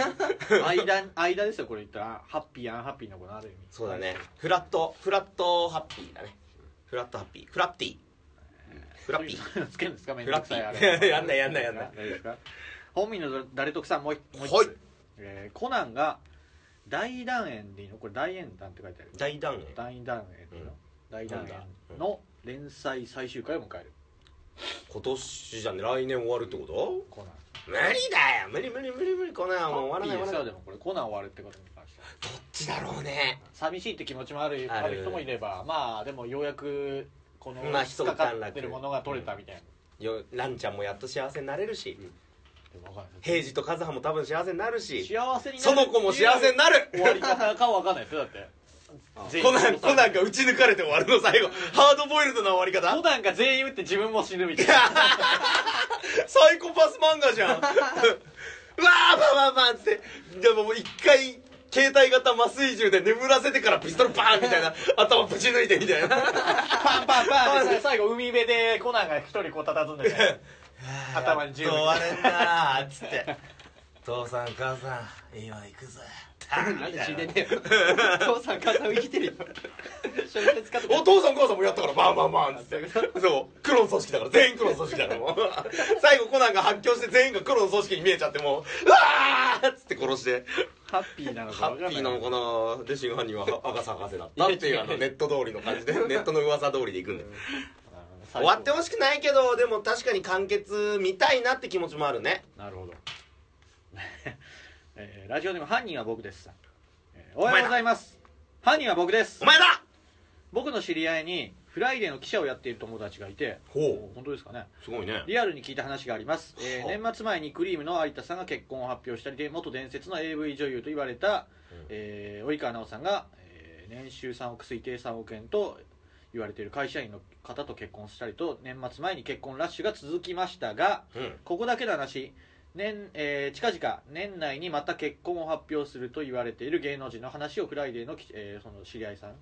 Speaker 3: 間、間ですよ、これ言ったら。ハッピー、アンハッピーのこのある意味。
Speaker 2: そうだねフラットフラットハッピーだねフラットハッピーフラッティフラッピー
Speaker 3: ー。つけるんですか、めん
Speaker 2: フ
Speaker 3: ど
Speaker 2: ラ
Speaker 3: く
Speaker 2: ッピ
Speaker 3: さいあ
Speaker 2: ー
Speaker 3: れ。
Speaker 2: やんないやんないやんない
Speaker 3: 大丈夫ですか本民の誰得さんもう一もう一つ、
Speaker 2: はい
Speaker 3: えーコナンが大団円でいいのこれ大円団って書いてある
Speaker 2: 大団円
Speaker 3: 大団円でいいの、
Speaker 2: うん
Speaker 3: 大団円の連載最終回を迎える
Speaker 2: 今年じゃね来年終わるってこと
Speaker 3: コナン
Speaker 2: 無理だよ無理無理無理無理こんな
Speaker 3: あ
Speaker 2: んもう終わらない終わらない
Speaker 3: でもこれコナン終わるってことに関しては
Speaker 2: どっちだろうね
Speaker 3: 寂しいって気持ちもある
Speaker 2: ある
Speaker 3: ある人もいればまあでもようやくこの
Speaker 2: まあ一
Speaker 3: 引
Speaker 2: 段
Speaker 3: っ
Speaker 2: 落
Speaker 3: かかってるものが取れたみたいな、
Speaker 2: よランちゃんもやっと幸せになれるし、
Speaker 3: でもわかんない
Speaker 2: 平次と和葉も多分幸せになるし
Speaker 3: 幸せにな
Speaker 2: そ
Speaker 3: る
Speaker 2: の子も幸せになる
Speaker 3: 終わり方かわかんないですよだって全員
Speaker 2: コナンコナンが打ち抜かれて終わるの最後ハードボイルドな終わり
Speaker 3: コ
Speaker 2: 方
Speaker 3: ナンが全員打って自分も死ぬみたいな
Speaker 2: サイコパス漫画じゃん うわーバンバンバンっつってでももう一回携帯型麻酔銃で眠らせてからピストルバーンみ たいな頭ぶち抜いてみたいな
Speaker 3: パンパンパンって最後海辺でコナンが一人こう佇んでて頭に銃
Speaker 2: やっと終われんなーっつって父さん母さん今行くぜ
Speaker 4: なんで死んでねえよ父さん母さん生きてるよ一緒に使って
Speaker 2: お父さん母さんもやったからバンバンバンっつってそう黒の組織だから全員黒の組織だからもう最後コナンが発狂して全員が黒の組織に見えちゃってもううわーっつって殺して
Speaker 3: ハッピーなのか
Speaker 2: ハ
Speaker 3: わかんな
Speaker 2: ッ
Speaker 3: い
Speaker 2: ピーなのかなで真犯人は赤坂博士だったっていうあのネット通りの感 じでネットの噂通りでいくんで終わってほしくないけどでも確かに完結見たいなって気持ちもあるね
Speaker 3: なるほど、 えーラジオでも犯人は僕ですさん、えーお
Speaker 2: 前だ
Speaker 3: はようございます犯人は僕です
Speaker 2: お前だ
Speaker 3: 僕の知り合いにフライデーの記者をやっている友達がいて
Speaker 2: ほ
Speaker 3: 本当ですかね
Speaker 2: うすごいね
Speaker 3: リアルに聞いた話があります、えー
Speaker 2: はあ
Speaker 3: 年末前にクリームの有田さんが結婚を発表したりで元伝説の AV 女優と言われた、
Speaker 2: うん
Speaker 3: えー及川奈緒さんが、えー年収3億推定3億円と言われている会社員の方と結婚したりと年末前に結婚ラッシュが続きましたが
Speaker 2: うん
Speaker 3: ここだけの話年、えー近々年内にまた結婚を発表すると言われている芸能人の話をフライデーの,、えーその知り合いさん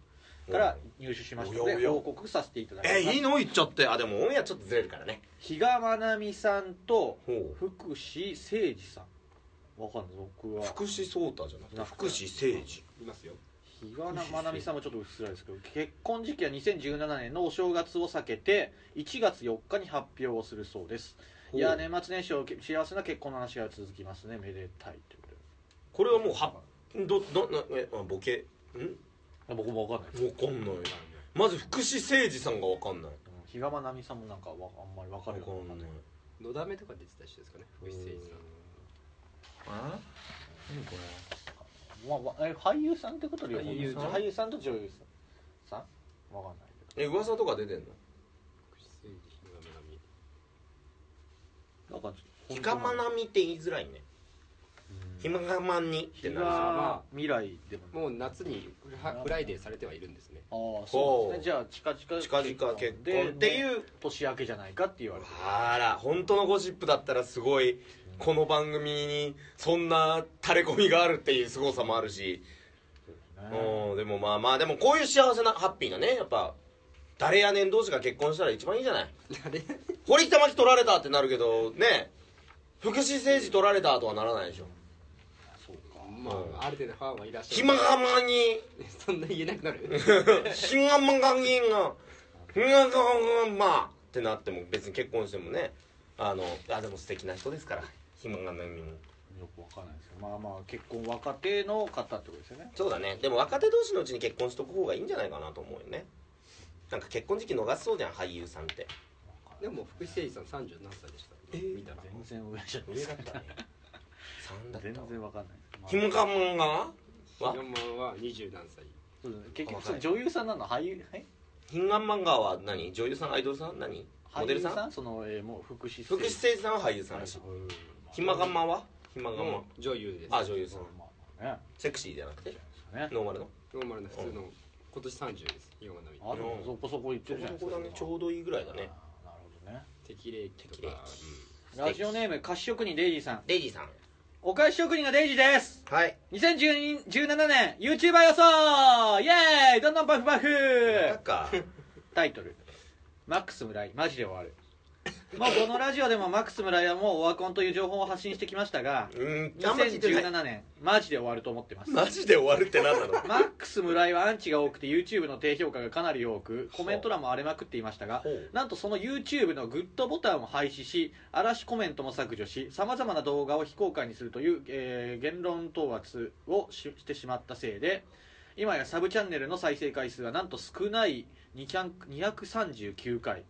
Speaker 3: から入手しましたの
Speaker 2: お
Speaker 3: で
Speaker 2: やおや
Speaker 3: 報告させていただきます
Speaker 2: えいいの言っちゃってあでもオンエアちょっとずれるからね
Speaker 3: 比嘉愛未さんと
Speaker 2: ほう
Speaker 3: 福士誠二さんわかんない僕は
Speaker 2: 福士蒼太じゃなくて
Speaker 3: な
Speaker 2: 福士誠治
Speaker 4: いますよ
Speaker 3: 比嘉愛未さんもちょっとうっすらですけど結婚時期は2017年のお正月を避けて1月4日に発表をするそうですいやー年末年始を幸せな結婚の話が続きますねめでたいということで
Speaker 2: これはもうはどどなえあボケん
Speaker 3: あ僕もわかんない
Speaker 2: わかんないまず福士誠治さんがわかんない
Speaker 3: うん比嘉愛未さんもなんかわあんまり分か
Speaker 2: わ
Speaker 3: る
Speaker 2: か
Speaker 3: ようなん
Speaker 2: ない
Speaker 4: のだめとか出てた人ですかね福士誠治さん
Speaker 5: あ何これ
Speaker 3: わわえ俳優さんってことで
Speaker 4: 俳優さん
Speaker 3: 俳優さんと女優さんさんわかんないけ
Speaker 2: え噂とか出てんの
Speaker 4: 福士誠治のだめ
Speaker 3: どなんか
Speaker 2: ひかまなみって言いづらいね
Speaker 3: うん
Speaker 2: 暇が満にってな
Speaker 3: 日
Speaker 2: るんですよ
Speaker 3: が未来でも
Speaker 4: もう夏にフラフライデーされてはいるんですね
Speaker 3: ああそうですね
Speaker 2: ほう
Speaker 3: じゃあ近々
Speaker 2: 近々結婚って
Speaker 3: う
Speaker 2: いう
Speaker 3: 年明けじゃないかって言われてる
Speaker 2: あら本当のゴシップだったらすごいこの番組にそんな垂れ込みがあるっていう凄さもあるし、うん、でもまあまあでもこういう幸せなハッピーがねやっぱ誰やねん同士が結婚したら一番いいんじゃない堀北真希取られたってなるけどね福祉政治取られたとはならないでしょ
Speaker 4: まあある程度ファンはいらっしゃる
Speaker 2: 暇がまに
Speaker 4: そんな言えなくなる
Speaker 2: 暇がまがにが暇がままってなっても別に結婚してもねあのあでも素敵な人ですから暇がまにも。
Speaker 3: よくわかんないですけどまあまあ結婚若手の方ってことですよね
Speaker 2: そうだねでも若手同士のうちに結婚しとく方がいいんじゃないかなと思うよねなんか結婚時期逃しそうじゃん俳優さんって
Speaker 4: でも福士誠二さん37歳でした見たら
Speaker 3: 全然上じゃない
Speaker 2: 上
Speaker 3: です
Speaker 2: だ
Speaker 3: か
Speaker 2: ったね3だった
Speaker 3: 全然わかんない
Speaker 2: ひむかもんがは
Speaker 4: ヒロモンは二十何歳
Speaker 3: そうですね結局その女優さんなの俳優はい
Speaker 2: ヒンガンマンガは何女優さんアイドルさん何モデ
Speaker 3: 俳
Speaker 2: ル
Speaker 3: 優
Speaker 2: さん
Speaker 3: さんそのえーもう福祉
Speaker 2: 福士誠二さんは俳優さんだしひまがんまんはひまがんまん
Speaker 4: もう女優です
Speaker 2: あ女優さん
Speaker 3: まあまあね
Speaker 2: セクシーじゃなくて
Speaker 3: ね
Speaker 2: ノーマルの
Speaker 4: ノーマルな普通の今年30ですヒロモン並み
Speaker 3: あでもそこそこいって
Speaker 2: そこ
Speaker 3: るじゃな
Speaker 2: そ
Speaker 3: いです
Speaker 2: こだ
Speaker 3: か
Speaker 2: ねちょうどいいぐらいだね
Speaker 3: あーなるほどね
Speaker 4: 適齢期とか
Speaker 3: ラジオネーム菓子職人デイジーさん
Speaker 2: レイジーさん
Speaker 3: お菓子職人のデイジーです
Speaker 2: はい
Speaker 3: 2017年 YouTuber 予想イエーイどんどんパフパフ
Speaker 2: なん か
Speaker 3: タイトル「マックス村井マジで終わる」もうこのラジオでもマックス村井はもうオワコンという情報を発信してきましたが
Speaker 2: うんあんま聞いてない
Speaker 3: 2017年マジで終わると思ってます
Speaker 2: マジで終わるってなん なの
Speaker 3: マックス村井はアンチが多くて YouTube の低評価がかなり多くコメント欄も荒れまくっていましたが
Speaker 2: ほう
Speaker 3: なんとその YouTube のグッドボタンを廃止し嵐コメントも削除しさまざまな動画を非公開にするという、えー言論討伐をししてしまったせいで今やサブチャンネルの再生回数はなんと少ない239回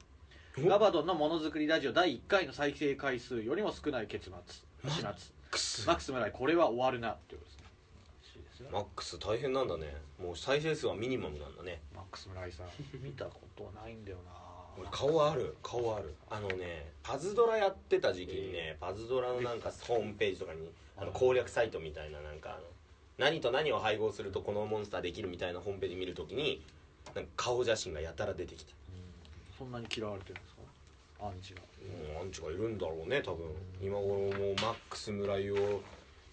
Speaker 2: お
Speaker 3: ガバドンのものづくりラジオ第1回の再生回数よりも少ない結末始末
Speaker 2: くす
Speaker 3: マックス村井これは終わるなっていうことですね
Speaker 2: マックス大変なんだねもう再生数はミニマムなんだね
Speaker 3: マックス村 井さん見たことないんだよ
Speaker 2: 俺
Speaker 3: な
Speaker 2: 顔ある顔あるあのねパズドラやってた時期にねパズドラのなんかホームページとかにあの攻略サイトみたいななんかあの何と何を配合するとこのモンスターできるみたいなホームページ見るときになんか顔写真がやたら出てきて
Speaker 3: そんなに嫌われてるんですかアンチが
Speaker 2: もうアンチがいるんだろうね多分今頃もうマックス村井を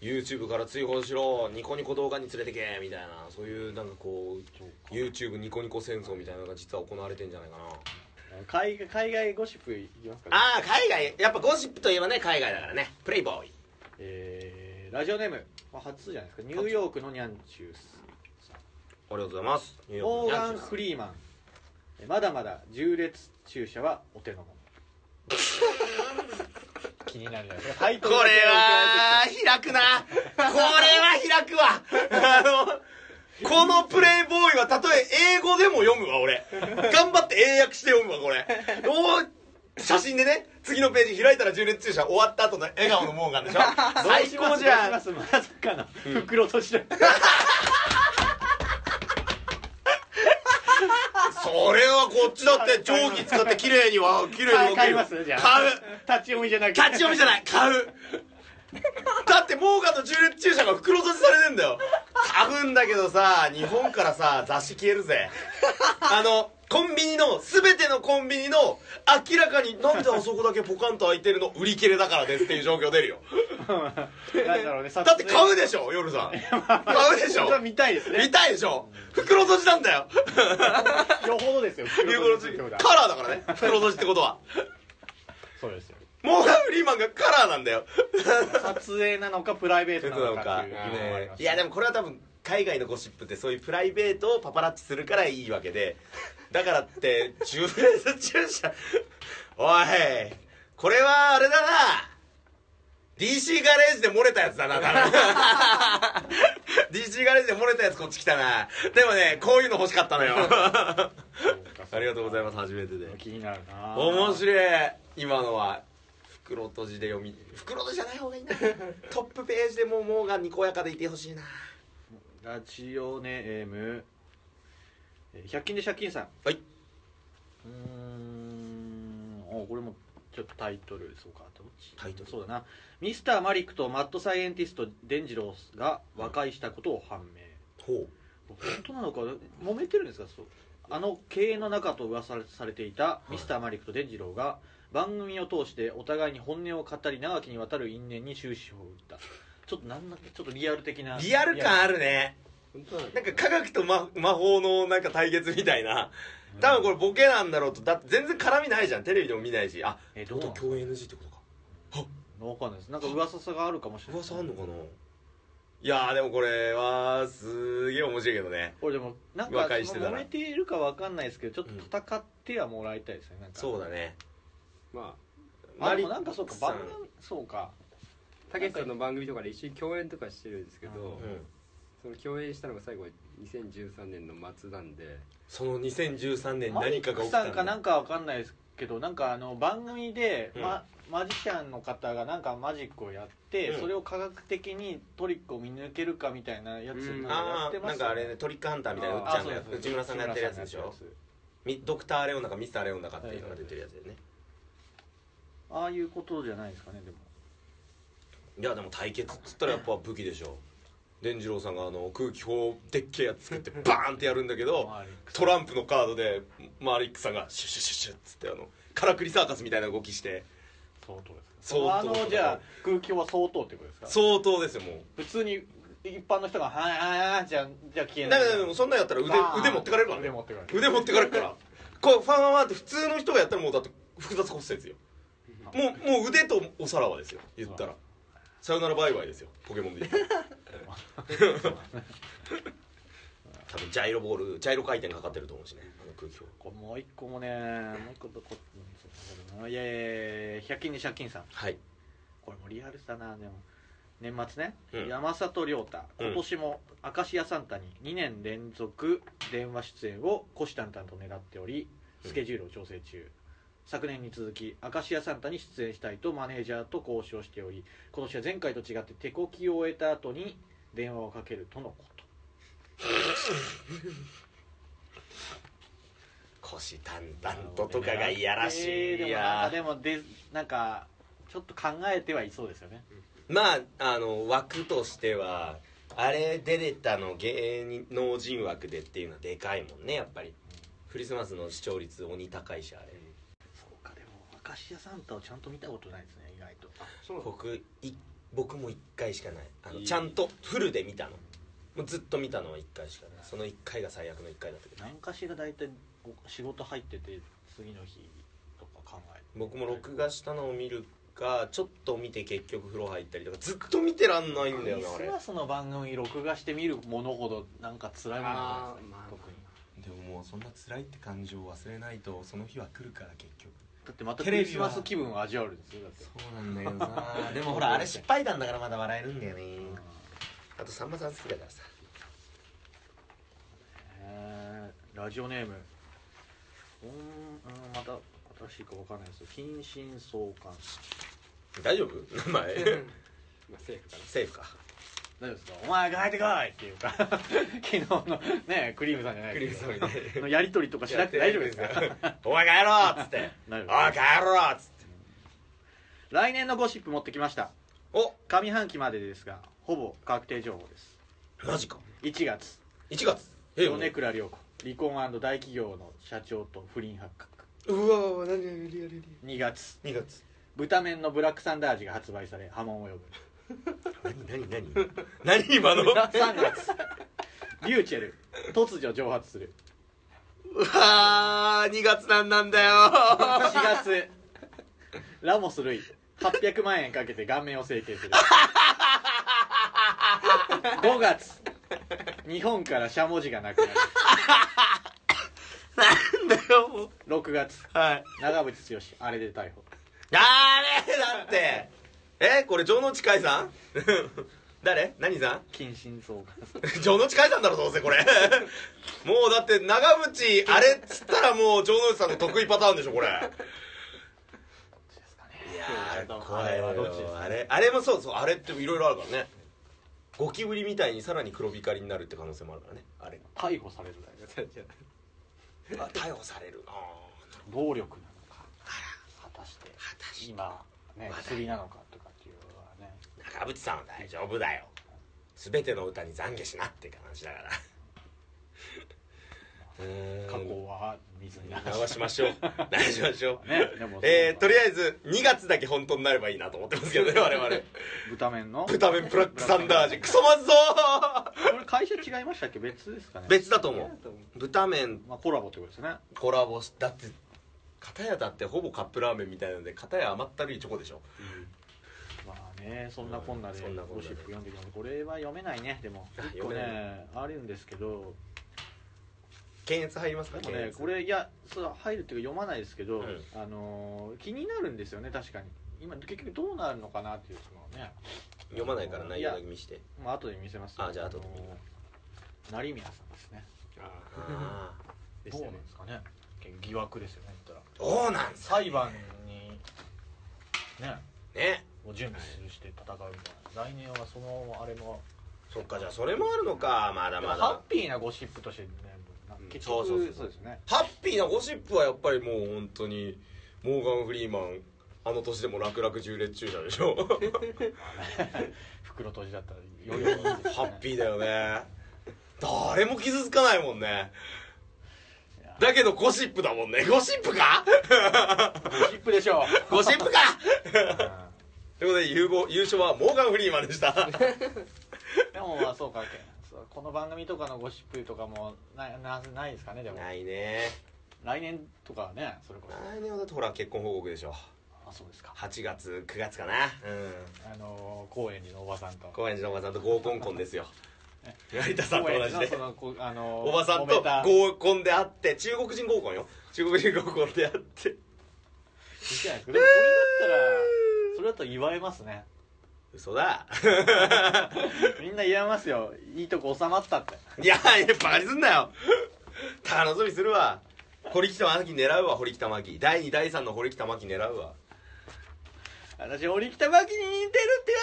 Speaker 2: YouTube から追放しろニコニコ動画に連れてけみたいなそういうなんかこう YouTube ニコニコ戦争みたいなのが実は行われてんじゃないかな
Speaker 3: 海外海外ゴシップいきますか、ね、
Speaker 2: ああ海外やっぱゴシップといえばね海外だからねプレイボーイ
Speaker 3: えー、ラジオネーム、まあ、初じゃないですかニューヨークのニャンチュース
Speaker 2: ありがとうございますニューヨ
Speaker 3: モーガ
Speaker 2: ー
Speaker 3: ン・
Speaker 2: ク
Speaker 3: フリーマンえまだまだ重烈注射はお手の 物気になるじゃないですかタイ
Speaker 2: こ
Speaker 3: ト
Speaker 2: れ
Speaker 3: ルだけ
Speaker 2: は開くなこれは開くわ あのこのプレイボーイはたとえ英語でも読むわ俺頑張って英訳して読むわこれお写真でね次のページ開いたら充熱注射終わった後の笑顔のモーガンでしょ
Speaker 3: 送って
Speaker 2: 最
Speaker 3: いただいて
Speaker 2: 高じゃん
Speaker 3: どうしますどうしますまさかの袋としら、
Speaker 2: それはこっちだって定規使って綺麗には綺麗に分け
Speaker 3: 買い
Speaker 2: る
Speaker 3: ますじゃあ
Speaker 2: 買う
Speaker 3: 立ち読みじゃなくて
Speaker 2: 立ち読みじゃない買うだってモーガンの重列注射が袋閉じされてんだよ買うんだけどさ日本からさ雑誌消えるぜあのコンビニの全てのコンビニの明らかになんであそこだけポカンと開いてるの売り切れだからですっていう状況出るよ
Speaker 3: なんだろうね、だ
Speaker 2: だって買うでしょ夜さん買うでしょ
Speaker 3: 見たいですね
Speaker 2: 見。たいでしょ袋閉じなんだよ
Speaker 3: よほどですよ。
Speaker 2: いうことでカラーだからね袋閉じってことは
Speaker 3: そうですよ。
Speaker 2: モーガン・フリーマンがカラーなんだよ
Speaker 3: 撮影なのかプライベートなのかっていう疑問もあり
Speaker 2: ね
Speaker 3: ま、す
Speaker 2: いやでもこれは多分海外のゴシップってそういうプライベートをパパラッチするからいいわけで だからって重列注射おいこれはあれだな DC ガレージで漏れたやつだな多分 DC ガレージで漏れたやつこっち来たなでもねこういうの欲しかったの よありがとうございます初めてで
Speaker 3: 気になるな。
Speaker 2: 面白い今のは袋閉じで読み袋閉じじゃない方がいい なトップページでもうモーガンにこやかでいてほしいな
Speaker 3: ラジオネームえー百均で借金さん。
Speaker 2: はいう
Speaker 3: ーん。おこれもちょっとタイトルそうかどっち
Speaker 2: タイトル
Speaker 3: そうだなミスターマリックとマッドサイエンティストデンジローが和解したことを判明、
Speaker 2: ほ
Speaker 3: 本当なのか揉めてるんですかそうあの経営の中と噂されていた
Speaker 2: い
Speaker 3: ミスターマリックとデンジローが番組を通してお互いに本音を語り長きにわたる因縁に終止符を打ったちょっとなんだっけちょっとリアル的な
Speaker 2: うリアル感あるね
Speaker 4: 本当なの
Speaker 2: なんか科学と魔魔法のなんか対決みたいな多分これボケなんだろうとだって全然絡みないじゃんテレビでも見ないしあ
Speaker 3: えどう
Speaker 2: 本
Speaker 3: な
Speaker 2: 当
Speaker 3: の
Speaker 2: 共演 NG ってことか
Speaker 3: わかんないですなんか噂さがあるかもしれない
Speaker 2: 噂あんのかないやーでもこれはすげえ面白いけどね
Speaker 3: これでもなんか
Speaker 2: 和解し
Speaker 3: そ
Speaker 2: て
Speaker 3: の
Speaker 2: た
Speaker 3: 揉
Speaker 2: ら
Speaker 3: めているかわかんないですけどちょっと戦ってはもらいたいですねなんか
Speaker 2: そうだね
Speaker 4: ま
Speaker 3: あでもなんかそうか
Speaker 2: マ
Speaker 3: 番
Speaker 2: リッ
Speaker 3: 組
Speaker 2: ク
Speaker 3: そうか
Speaker 4: あたけしさんの番組とかで一緒に共演とかしてるんですけ
Speaker 2: さ
Speaker 4: ど
Speaker 2: んうん
Speaker 4: その共演したのが最後2013年の末なんで
Speaker 2: その2013年
Speaker 3: マ
Speaker 2: 何
Speaker 3: リッ
Speaker 2: かが
Speaker 3: ク
Speaker 2: 起きた
Speaker 3: さんかなんかわかんないですけどなんかあの番組で、
Speaker 2: うん
Speaker 3: ま、マジシャンの方がなんかマジックをやって、
Speaker 2: うん
Speaker 3: それを科学的にトリックを見抜けるかみたいなやつ
Speaker 4: うん
Speaker 3: なんかや
Speaker 2: あ
Speaker 3: って
Speaker 2: あ
Speaker 3: ま
Speaker 2: なん
Speaker 3: すよ
Speaker 2: かあれねトリックハンターみたいなうっ
Speaker 3: あ
Speaker 2: ち
Speaker 3: ー
Speaker 2: ゃんのや
Speaker 3: そうそ
Speaker 2: つ
Speaker 3: う
Speaker 2: 内村さんがやってるやつでしょ
Speaker 3: 内村さんがやってる
Speaker 2: みドクターレオンだかミスターレオンだかっていうのが出てるやつだよね
Speaker 3: やつああいうことじゃないですかねでも
Speaker 2: いやでも対決っつったらやっぱ武器でしょ伝次郎さんがあの空気砲でっけえやつ作ってバーンってやるんだけど
Speaker 3: マリック
Speaker 2: トランプのカードでマーリックさんがシュシュシュシュっつってあのからくりサーカスみたいな動きして
Speaker 3: 相当ですか
Speaker 2: 相当
Speaker 3: あのじゃあ空気は相当ってことですか
Speaker 2: 相当ですよも
Speaker 3: 普通に一般の人が「はいはいはい」じゃじゃ消
Speaker 2: う
Speaker 3: え
Speaker 2: だ
Speaker 3: ない
Speaker 2: からでもそんなんやったら腕
Speaker 3: バーン
Speaker 2: 腕持ってかれるから
Speaker 3: 腕
Speaker 2: ね
Speaker 3: 持ってかれる
Speaker 2: 腕持ってかれるからこうファンファンファンって普通の人がやったらもうだって複雑骨折よもうもう腕とおさらはですよ言ったらさよならバイバイですよポケモンで言ったら 多分ジャイロボールジャイロ回転かかってると思うしねあの空気を
Speaker 3: これもう一個もねもう一個どこそうだないやいやいや100均に借金さん
Speaker 2: はい
Speaker 3: これもリアルだなでも年末ね、
Speaker 2: うん
Speaker 3: 山里亮太
Speaker 2: うん
Speaker 3: 今年も明石家サンタに2年連続電話出演を虎視眈々と狙っておりスケジュールを調整中、昨年に続き明石家サンタに出演したいとマネージャーと交渉しており今年は前回と違って手こきを終えた後に電話をかけるとのこと
Speaker 2: 腰たんたんととかがいやらし
Speaker 3: えー
Speaker 2: い
Speaker 3: で
Speaker 2: や
Speaker 3: もなんかでもでなんかちょっと考えてはいそうですよね
Speaker 2: まああの枠としてはあれ出れたの芸能人枠でっていうのはでかいもんねやっぱりクリスマスの視聴率鬼高いしあれ
Speaker 3: そうかでも明石家サンタをちゃんと見たことないですね意外と
Speaker 4: そう
Speaker 2: 僕い僕も1回しかないあの
Speaker 4: いい
Speaker 2: ちゃんとフルで見たのもうずっと見たのは1回しかないその1回が最悪の1回だったけど
Speaker 3: 何かしら大体お仕事入ってて次の日とか考えて
Speaker 2: 僕も録画したのを見るかちょっと見て結局風呂入ったりとかずっと見てらんないんだよ
Speaker 3: クリ
Speaker 2: なあ
Speaker 3: ス
Speaker 2: れ
Speaker 3: マスの番組録画して見るものほどなんか辛いものがないですね
Speaker 4: あーまあ
Speaker 3: 特に
Speaker 2: でももうそんな辛いって感情を忘れないとその日は来るから結局
Speaker 3: だってまたク
Speaker 2: テレビは
Speaker 3: リスマス気分を味わえるんですよだって
Speaker 2: そうなんだよな でもほらあれ失敗談だからまだ笑えるんだよねあとさんまさん好きだからさ
Speaker 3: えーラジオネームうんうんまた新しいか分かんないですけど近親相関
Speaker 2: 大丈夫名前
Speaker 4: まあセーフかな
Speaker 2: セーフ か
Speaker 3: 大丈夫ですかお前帰ってこいっていうか 昨日のねクリームさんじゃない
Speaker 2: クリ
Speaker 3: です
Speaker 2: ス
Speaker 3: け
Speaker 2: マ
Speaker 3: ど
Speaker 2: スみたい
Speaker 3: のやり取りとかしなくて大丈夫ですか
Speaker 2: お前帰ろうっつって
Speaker 3: 大丈夫です
Speaker 2: おい帰ろうっつって
Speaker 3: 来年のゴシップ持ってきました
Speaker 2: お
Speaker 3: 上半期までですがほぼ確定情報です
Speaker 2: マジか
Speaker 3: 1月
Speaker 2: 1月え
Speaker 3: 米倉涼子離婚大企業の社長と不倫発覚
Speaker 2: うわ何何リアルリ
Speaker 3: 2月
Speaker 2: 2月
Speaker 3: 豚麺のブラックサンダー味が発売され波紋を呼ぶ
Speaker 2: 何何何 何今のうわ
Speaker 3: 3月 リューチェル突如蒸発する
Speaker 2: ー2月なん なんだよ
Speaker 3: 4月ラモス・ルイ800万円かけて顔面を整形する5月日本からしゃもじがなくなる
Speaker 2: なんだよもう
Speaker 3: 6月
Speaker 2: はい
Speaker 3: 長渕剛あれで逮捕
Speaker 2: あれだってえこれ城之内海さん 誰何さ
Speaker 3: 謹慎相関
Speaker 2: ん 城之内海さんだろどうせこれ もうだって長渕あれっつったらもう城之内さんの得意パターンでしょこれ いやー怖いわ
Speaker 3: どっちですか
Speaker 2: あれあれもそうそうあれっていろいろあるからねゴキブリみたいにさらに黒光りになるって可能性もあるからねあれ
Speaker 3: 逮捕されるだよ
Speaker 2: あ逮捕されるあ
Speaker 3: 暴力なのか果たして
Speaker 2: 果たして
Speaker 3: 今ね
Speaker 2: 話題
Speaker 3: 薬なのかとかっていうのはね
Speaker 2: 中渕さんは大丈夫だよ全ての歌に懺悔しなっていう話 だからうーん
Speaker 3: 過去は水に流
Speaker 2: 流しましょ う流しましょう、
Speaker 3: ねでも
Speaker 2: えーとり
Speaker 3: え
Speaker 2: あえず2月だけ本当になればいいなと思ってますけ どね我々
Speaker 3: ず豚麺の
Speaker 2: 豚麺ブラックサンダー味クソまずそう
Speaker 3: これ会社違いましたっけ 別ですかね
Speaker 2: 別だと思
Speaker 4: と思う
Speaker 2: う豚麺
Speaker 3: まあコラボってことですね
Speaker 2: コラボしだって片やだってほぼカップラーメンみたいなので片や甘ったるいチョコでしょ
Speaker 3: まあねそんなこんなで
Speaker 2: そんなこん
Speaker 3: ゴ
Speaker 2: なで
Speaker 3: シップ読んできますこれは読めないねでも
Speaker 2: あ
Speaker 3: 結構
Speaker 2: 読め
Speaker 3: ねあるんですけど
Speaker 2: 検閲入りますか
Speaker 3: でもね
Speaker 2: 検閲
Speaker 3: これいやそう入るっていうか読まないですけど、
Speaker 2: うん
Speaker 3: あのー気になるんですよね確かに今結局どうなるのかなっていうのをね
Speaker 2: 読まないから内容だけ見して
Speaker 3: まあ後で見せます
Speaker 2: あじゃあ後で
Speaker 3: のー成宮さんですね
Speaker 2: ああ
Speaker 5: で
Speaker 3: ど
Speaker 5: し
Speaker 3: う
Speaker 5: た
Speaker 3: なん
Speaker 5: ね
Speaker 3: ですかね結局疑惑ですよね言っ
Speaker 2: どうなんす
Speaker 3: たら裁判にね
Speaker 2: ね
Speaker 3: を準備するして戦うみたいな来年はそのあれも
Speaker 2: そっかじゃあそれもあるのかまだまだ
Speaker 3: ハッピーなゴシップとしてね
Speaker 4: うん
Speaker 3: 結
Speaker 2: そう
Speaker 3: 局
Speaker 2: そうそう
Speaker 3: そうですね
Speaker 2: ハッピーなゴシップはやっぱりもう本当にモーガン・フリーマンあの年でも楽々重列注射でし ょ
Speaker 3: 袋閉じだったらよりいいですね
Speaker 2: ハッピーだよね誰も傷つかないもんねだけどゴシップだもんねゴシップか
Speaker 3: ゴシップでしょ
Speaker 2: ゴシップか
Speaker 3: う、
Speaker 2: ということで優勝優勝はモーガン・フリーマンでした
Speaker 3: でもまあそうかそうこの番組とかのゴシップとかもななないですかねでも
Speaker 2: ないね
Speaker 3: 来年とかはねそれこそ
Speaker 2: 来年はだってほら結婚報告でしょ
Speaker 3: あそうですか
Speaker 2: 8月9月かなうん
Speaker 3: あのー高円寺のおばさんと
Speaker 2: 高円寺のおばさんと合コンコンですよ成田さんと
Speaker 3: 高円
Speaker 2: 同
Speaker 3: 寺
Speaker 2: じ
Speaker 3: の
Speaker 2: で
Speaker 3: そのこあのー
Speaker 2: おばさん
Speaker 3: 揉め
Speaker 2: と
Speaker 3: た
Speaker 2: 合コンで会って中国人合コンよ中国人合コンで会って
Speaker 3: いいじゃないですかでもそれだったらそれだったら祝えますね
Speaker 2: 嘘だ
Speaker 3: みんな言えますよいいとこ収まったって
Speaker 2: いやいやバカにすんなよ楽しみするわ堀北真希狙うわ堀北真希第2第3の堀北真希狙うわ
Speaker 3: 私堀北真希に似てるって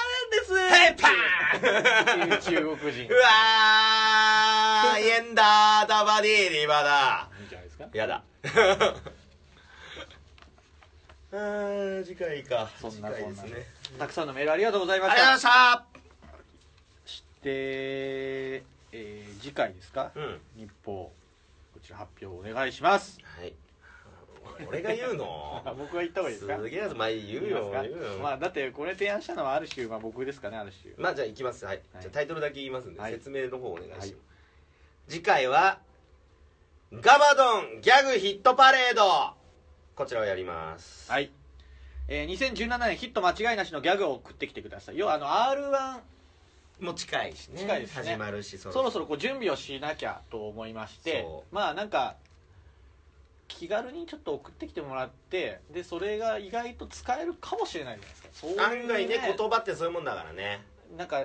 Speaker 3: 言われ
Speaker 2: ヘ
Speaker 3: る
Speaker 2: ッ
Speaker 3: んで
Speaker 2: パー
Speaker 3: すっていう中国人いいん
Speaker 2: うわーイエンダーダバディリバだ
Speaker 3: じゃないですか
Speaker 2: やだ あー次回か
Speaker 3: そんなこん
Speaker 2: 次
Speaker 3: なで
Speaker 2: 回ですね
Speaker 3: たくさんのメールありがとうござい
Speaker 2: あ
Speaker 3: ま
Speaker 2: りが
Speaker 3: し
Speaker 2: とうござい
Speaker 3: た
Speaker 2: ました
Speaker 3: で、えー次回ですか、
Speaker 2: うん
Speaker 3: 日報こちら発表お願いします
Speaker 2: はい俺が言うの
Speaker 3: あ僕が言った方がいいですか
Speaker 2: すげえな前言う
Speaker 3: い
Speaker 2: よ
Speaker 3: ま
Speaker 2: 言
Speaker 3: す
Speaker 2: う
Speaker 3: か
Speaker 2: よ
Speaker 3: ま
Speaker 2: まあ
Speaker 3: あだってこれ提案したのはある種、まあ、僕ですかねある種
Speaker 2: じゃあ行きますはい、
Speaker 3: はい
Speaker 2: じゃあタイトルだけ言いますんで、
Speaker 3: はい
Speaker 2: 説明の方お願いします、
Speaker 3: はい
Speaker 2: 次回は「ガバドンギャグヒットパレード」こちらをやります
Speaker 3: はい、えー2017年ヒット間違いなしのギャグを送ってきてください要はあの r 1
Speaker 2: もう近いしね
Speaker 3: 近いですね
Speaker 2: 始まるしそ
Speaker 3: そろそろこう準備をしなきゃと思いまして
Speaker 2: そ
Speaker 3: まあなんか気軽にちょっと送ってきてもらってでそれが意外と使えるかもしれないじゃないですかそういう、
Speaker 2: 案外ね言葉ってそういうもんだからね
Speaker 3: なんか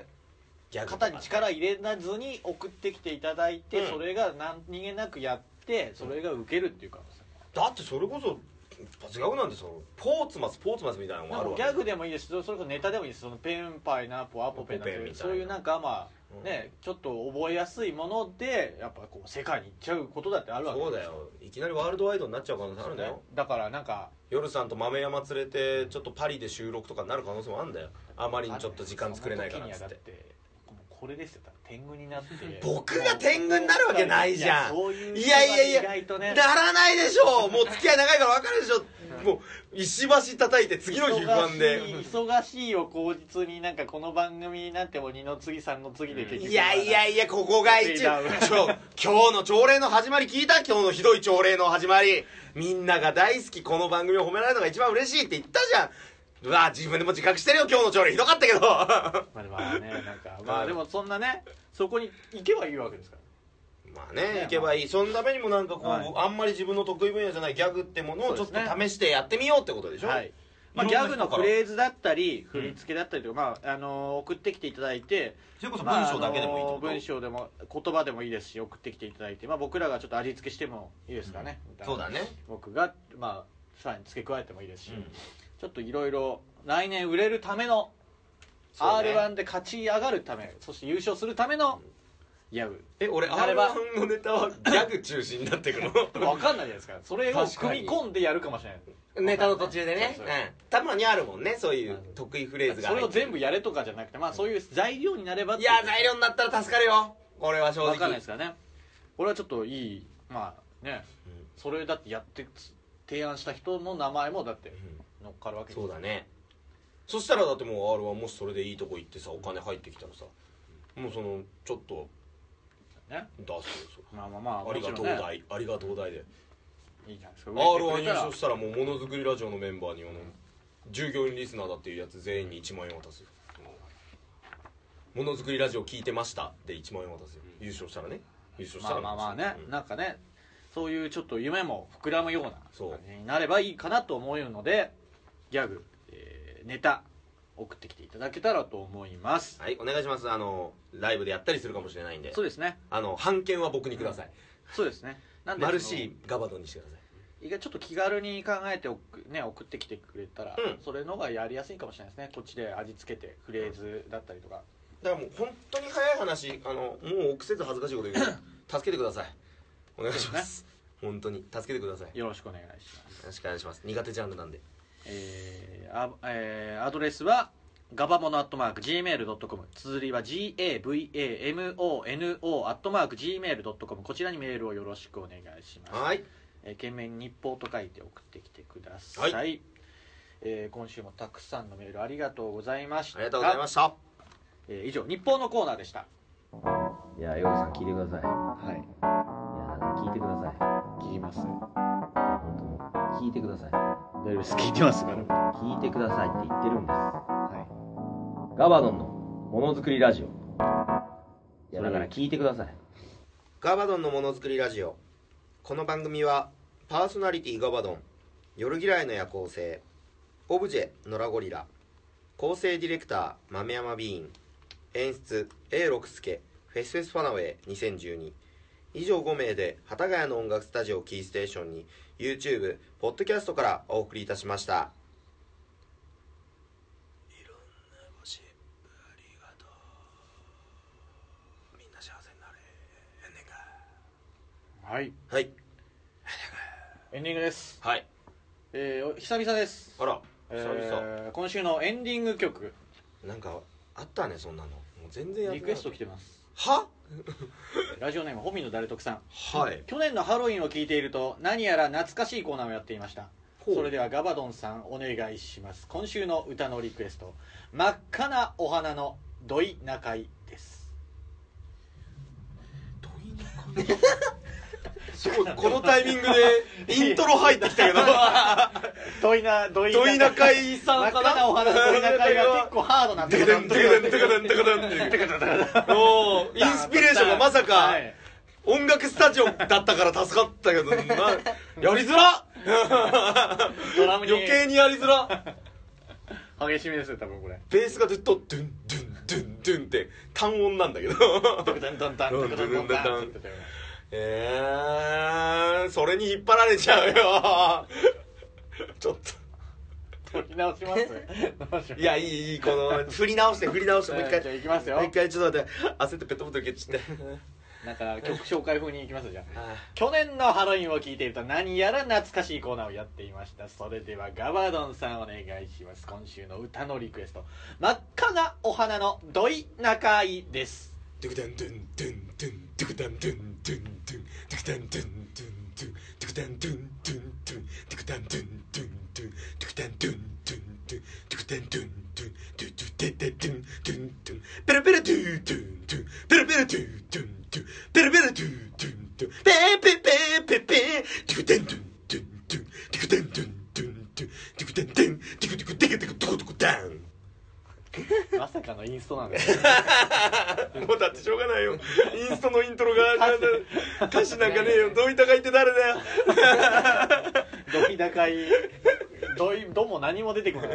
Speaker 2: ギャグとか
Speaker 3: 肩に力入れなずに送ってきていただいて、
Speaker 2: うん
Speaker 3: それが何気なくやってそれが受けるっていうか、
Speaker 2: だってそれこそ一発ギャグなんでそのポーツマスポーツマスみたいなのもある
Speaker 3: も
Speaker 2: わ
Speaker 3: うギャグでもいいですしそれこそネタでもいいですそのペンパイナポアポペンな
Speaker 2: ポペンみたいな
Speaker 3: そういうなんかま
Speaker 2: う
Speaker 3: あ
Speaker 2: ん
Speaker 3: ね、ちょっと覚えやすいものでやっぱこう世界に行っちゃうことだってあるわけ
Speaker 2: そうだよいきなりワールドワイドになっちゃう可能性あるんだよ
Speaker 3: だからなんか
Speaker 2: 夜さんと豆山連れてちょっとパリで収録とかになる可能性もあるんだよあまりにちょっと時間作れないからっつ
Speaker 3: そ
Speaker 2: っ
Speaker 3: の時
Speaker 2: て
Speaker 3: にはだもうこれですよ天狗になって
Speaker 2: 僕が天狗になるわけないじゃん
Speaker 3: いやそういう
Speaker 2: いやいやいや
Speaker 3: 意外とね
Speaker 2: ならないでしょうもう付き合い長いから分かるでしょもう石橋叩いて次の日不安で
Speaker 3: 忙しい忙しいを口実になんかこの番組なんてもう二の次三の次で結局
Speaker 2: いやいやいやここが一ちょ今日の朝礼の始まり聞いた今日のひどい朝礼の始まりみんなが大好きこの番組を褒められるのが一番嬉しいって言ったじゃんうわ自分でも自覚してるよ今日の朝礼ひど かったけど
Speaker 3: まあまあねなんかまあでもそんなねそこに行けばいいわけですから
Speaker 2: まあね、いけばいい。そのためにもなんかこう、
Speaker 3: はい
Speaker 2: あんまり自分の得意分野じゃないギャグってものをちょっと
Speaker 3: そうです
Speaker 2: 試してやってみようってことでしょ
Speaker 3: はい、まあ、
Speaker 2: い
Speaker 3: ギ
Speaker 2: ろんな
Speaker 3: ャ
Speaker 2: 人
Speaker 3: グ
Speaker 2: から
Speaker 3: のフレーズだったり振り付けだったりとか、まああのー送ってきていただいて
Speaker 2: それこそ文
Speaker 3: まあ
Speaker 2: 章だけでもいいって
Speaker 3: あ
Speaker 2: こ
Speaker 3: の
Speaker 2: と、
Speaker 3: 文章でも言葉でもいいですし送ってきていただいて、まあ、僕らがちょっと味付けしてもいいですかね、
Speaker 2: そうだね。
Speaker 3: 僕が、まあ、さらに付け加えてもいいですし、
Speaker 2: うん
Speaker 3: ちょっといろいろ来年売れるための、
Speaker 2: そうね
Speaker 3: r 1で勝ち上がるためそして優勝するためのギャグ
Speaker 2: え俺
Speaker 3: なれ
Speaker 2: r
Speaker 3: ば
Speaker 2: 1のネタはギャグ中心になってくの
Speaker 3: わかんないじゃないですかそれを
Speaker 2: 確かに
Speaker 3: 組み込んでやるかもしれない
Speaker 2: ネタの途中でね
Speaker 3: そううんそう
Speaker 2: たまにあるもんねそういう得意フレーズが
Speaker 3: それ
Speaker 2: 入
Speaker 3: を
Speaker 2: ってる
Speaker 3: 全部やれとかじゃなくてまあそういう材料になればって
Speaker 2: いうや材料になったら助かるよ俺は正直
Speaker 3: わかんないですからね俺はちょっといいまあね、
Speaker 2: うん
Speaker 3: それだってやってつ提案した人の名前もだって
Speaker 2: うん
Speaker 3: 乗っかるわけ
Speaker 2: そうだねそしたらだってもう r 1もしそれでいいとこ行ってさお金入ってきたらさもうそのちょっと
Speaker 3: ね
Speaker 2: 出すよそれ
Speaker 3: まあまあまあ
Speaker 2: ありがとう
Speaker 3: もちろんね
Speaker 2: 大ありがとう大で
Speaker 3: いいじゃないですか
Speaker 2: r
Speaker 3: 売
Speaker 2: 1優
Speaker 3: れてくれたら
Speaker 2: 勝したらもうものづくりラジオのメンバーにあの従業員リスナーだっていうやつ全員に1万円渡すよものづくりラジオ聞いてましたで1万円渡すよ優勝したらね優勝した
Speaker 3: まあ
Speaker 2: ら
Speaker 3: まあまあね、
Speaker 2: うん
Speaker 3: なんかねそういうちょっと夢も膨らむような
Speaker 2: そう
Speaker 3: 感じになればいいかなと思うのでギャグ、えーネタ送ってきていただけたらと思います
Speaker 2: はいお願いしますあのライブでやったりするかもしれないんで
Speaker 3: そうですね
Speaker 2: あの版権は僕にください
Speaker 3: そうですねなんで
Speaker 2: マルシーガバドンにしてください
Speaker 3: 意外とちょっと気軽に考えておく、ね、送ってきてくれたら、
Speaker 2: うん
Speaker 3: それの方がやりやすいかもしれないですねこっちで味付けてフレーズだったりとか
Speaker 2: だからもう本当に早い話あのもう臆せず恥ずかしいこと言うけ ど助けてくださいお願いします本当に助けてくださいよ
Speaker 3: よろしくお願いします
Speaker 2: ろしくお願いします苦手ジャンルなんで
Speaker 3: えーあえーアドレスはガバモノアットマーク Gmail.com 綴りは GAVAMONO アットマーク Gmail.com こちらにメールをよろしくお願いします、
Speaker 2: はい
Speaker 3: えー、懸命に日報と書いて送ってきてください、
Speaker 2: は
Speaker 3: えー今週もたくさんのメールありがとうございました
Speaker 2: ありがとうございました
Speaker 3: えー以上日報のコーナーでした
Speaker 6: いや、ヨウさん聞いてください。いや、
Speaker 4: はい
Speaker 6: なんか聞いてください。
Speaker 4: 聞きます
Speaker 6: 本当もう聞いてください。
Speaker 4: 大丈夫です聞いてますからは
Speaker 6: 聞いてくださいって言ってるんです。
Speaker 4: い
Speaker 6: ガバドンのものづくりラジオ。いや、だから聞いてください。
Speaker 2: ガバドンのものづくりラジオこの番組はパーソナリティガバドン夜嫌いの夜行性オブジェノラゴリラ構成ディレクター豆山ビーン演出 A 六輔フェスフェスファナウェイ2012以上5名で幡ヶ谷の音楽スタジオキーステーションに YouTube ポッドキャストからお送りいたしましたいろんなごシップありがとうみんな幸せになれ
Speaker 3: はい
Speaker 2: はい
Speaker 3: エンディングです、
Speaker 2: はい
Speaker 3: えーお久々です
Speaker 2: あら久々、
Speaker 3: えー今週のエンディング曲
Speaker 2: なんかあったねそんなのもう全然やって
Speaker 3: リ
Speaker 2: な
Speaker 3: ク
Speaker 2: い
Speaker 3: エスト来てます
Speaker 2: は
Speaker 3: ラジオネームホミの誰得さん
Speaker 2: はい
Speaker 3: 去年のハロウィンを聞いていると何やら懐かしいコーナーをやっていました
Speaker 2: ほう
Speaker 3: それではガバドンさんお願いします今週の歌のリクエスト「真っ赤なお花の土井中井」です
Speaker 2: このタイミングでイントロ入ってきたけど
Speaker 3: 土井な土井
Speaker 2: 土井中井
Speaker 3: 真
Speaker 2: さ
Speaker 3: っ
Speaker 2: んか
Speaker 3: 赤
Speaker 2: な
Speaker 3: なお花の土井中井は結構ハードなん で
Speaker 2: テ
Speaker 3: す
Speaker 2: ク
Speaker 3: け
Speaker 2: テ
Speaker 3: ど
Speaker 2: ンテクテンテクテンテクテンっておーインスピレーションがまさか
Speaker 3: はい
Speaker 2: 音楽スタジオだったから助かった けどなやりづ ら
Speaker 3: ドラムに
Speaker 2: 余計にやりづら
Speaker 3: 激しめですよ多分これ
Speaker 2: ベースがずっとドゥンドゥンドゥンドゥンって単音なんだけど
Speaker 3: ドンドンドンドンドンドンドンドンって言ってたよ
Speaker 2: えー、それに引っ張られちゃうよ ちょっと
Speaker 3: 撮り直します直します
Speaker 2: いや、いい、いい、この、振り直して、振り直して、もう一
Speaker 3: えー
Speaker 2: 回。
Speaker 3: じゃあ行きますよ
Speaker 2: もう一回、ちょっと待って、焦ってペットボトル蹴っちゃって。
Speaker 3: だから曲紹介風にいきますじゃあ
Speaker 2: あ
Speaker 3: 去年のハロウィンを聞いていると何やら懐かしいコーナーをやっていましたそれではガバドンさんお願いします今週の歌のリクエスト「真っ赤なお花の土井中井」です
Speaker 2: ドゥクダンドゥンドゥンドゥン、ドゥクダンドゥンドゥンドゥン、ドゥクダンドゥンドゥンドゥン、ドゥクダンドゥンドゥンドゥン、ドゥクダンドゥンドゥンドゥン、ドゥクダンドゥンドゥンドゥン、ドゥクダンドゥンドゥン、ドゥドゥデデドゥンドゥンドゥン、ペラペラドゥドゥンドゥン、ペラペラドゥドゥンドゥン、ペラペラドゥドゥンドゥン、ペーペーペーペーペー、ドゥクダンドゥンドゥンドゥン、ドゥクダンドゥンドゥンドゥン、ドゥクダンドゥン、ドゥクドゥクデケデケドコドコダン。
Speaker 3: まさかのインストなんです ね
Speaker 2: もうだってしょうがないよインストのイントロが歌詞なんかねえよどういったかいって誰だよ
Speaker 3: 土井中井土井ども何も出てこない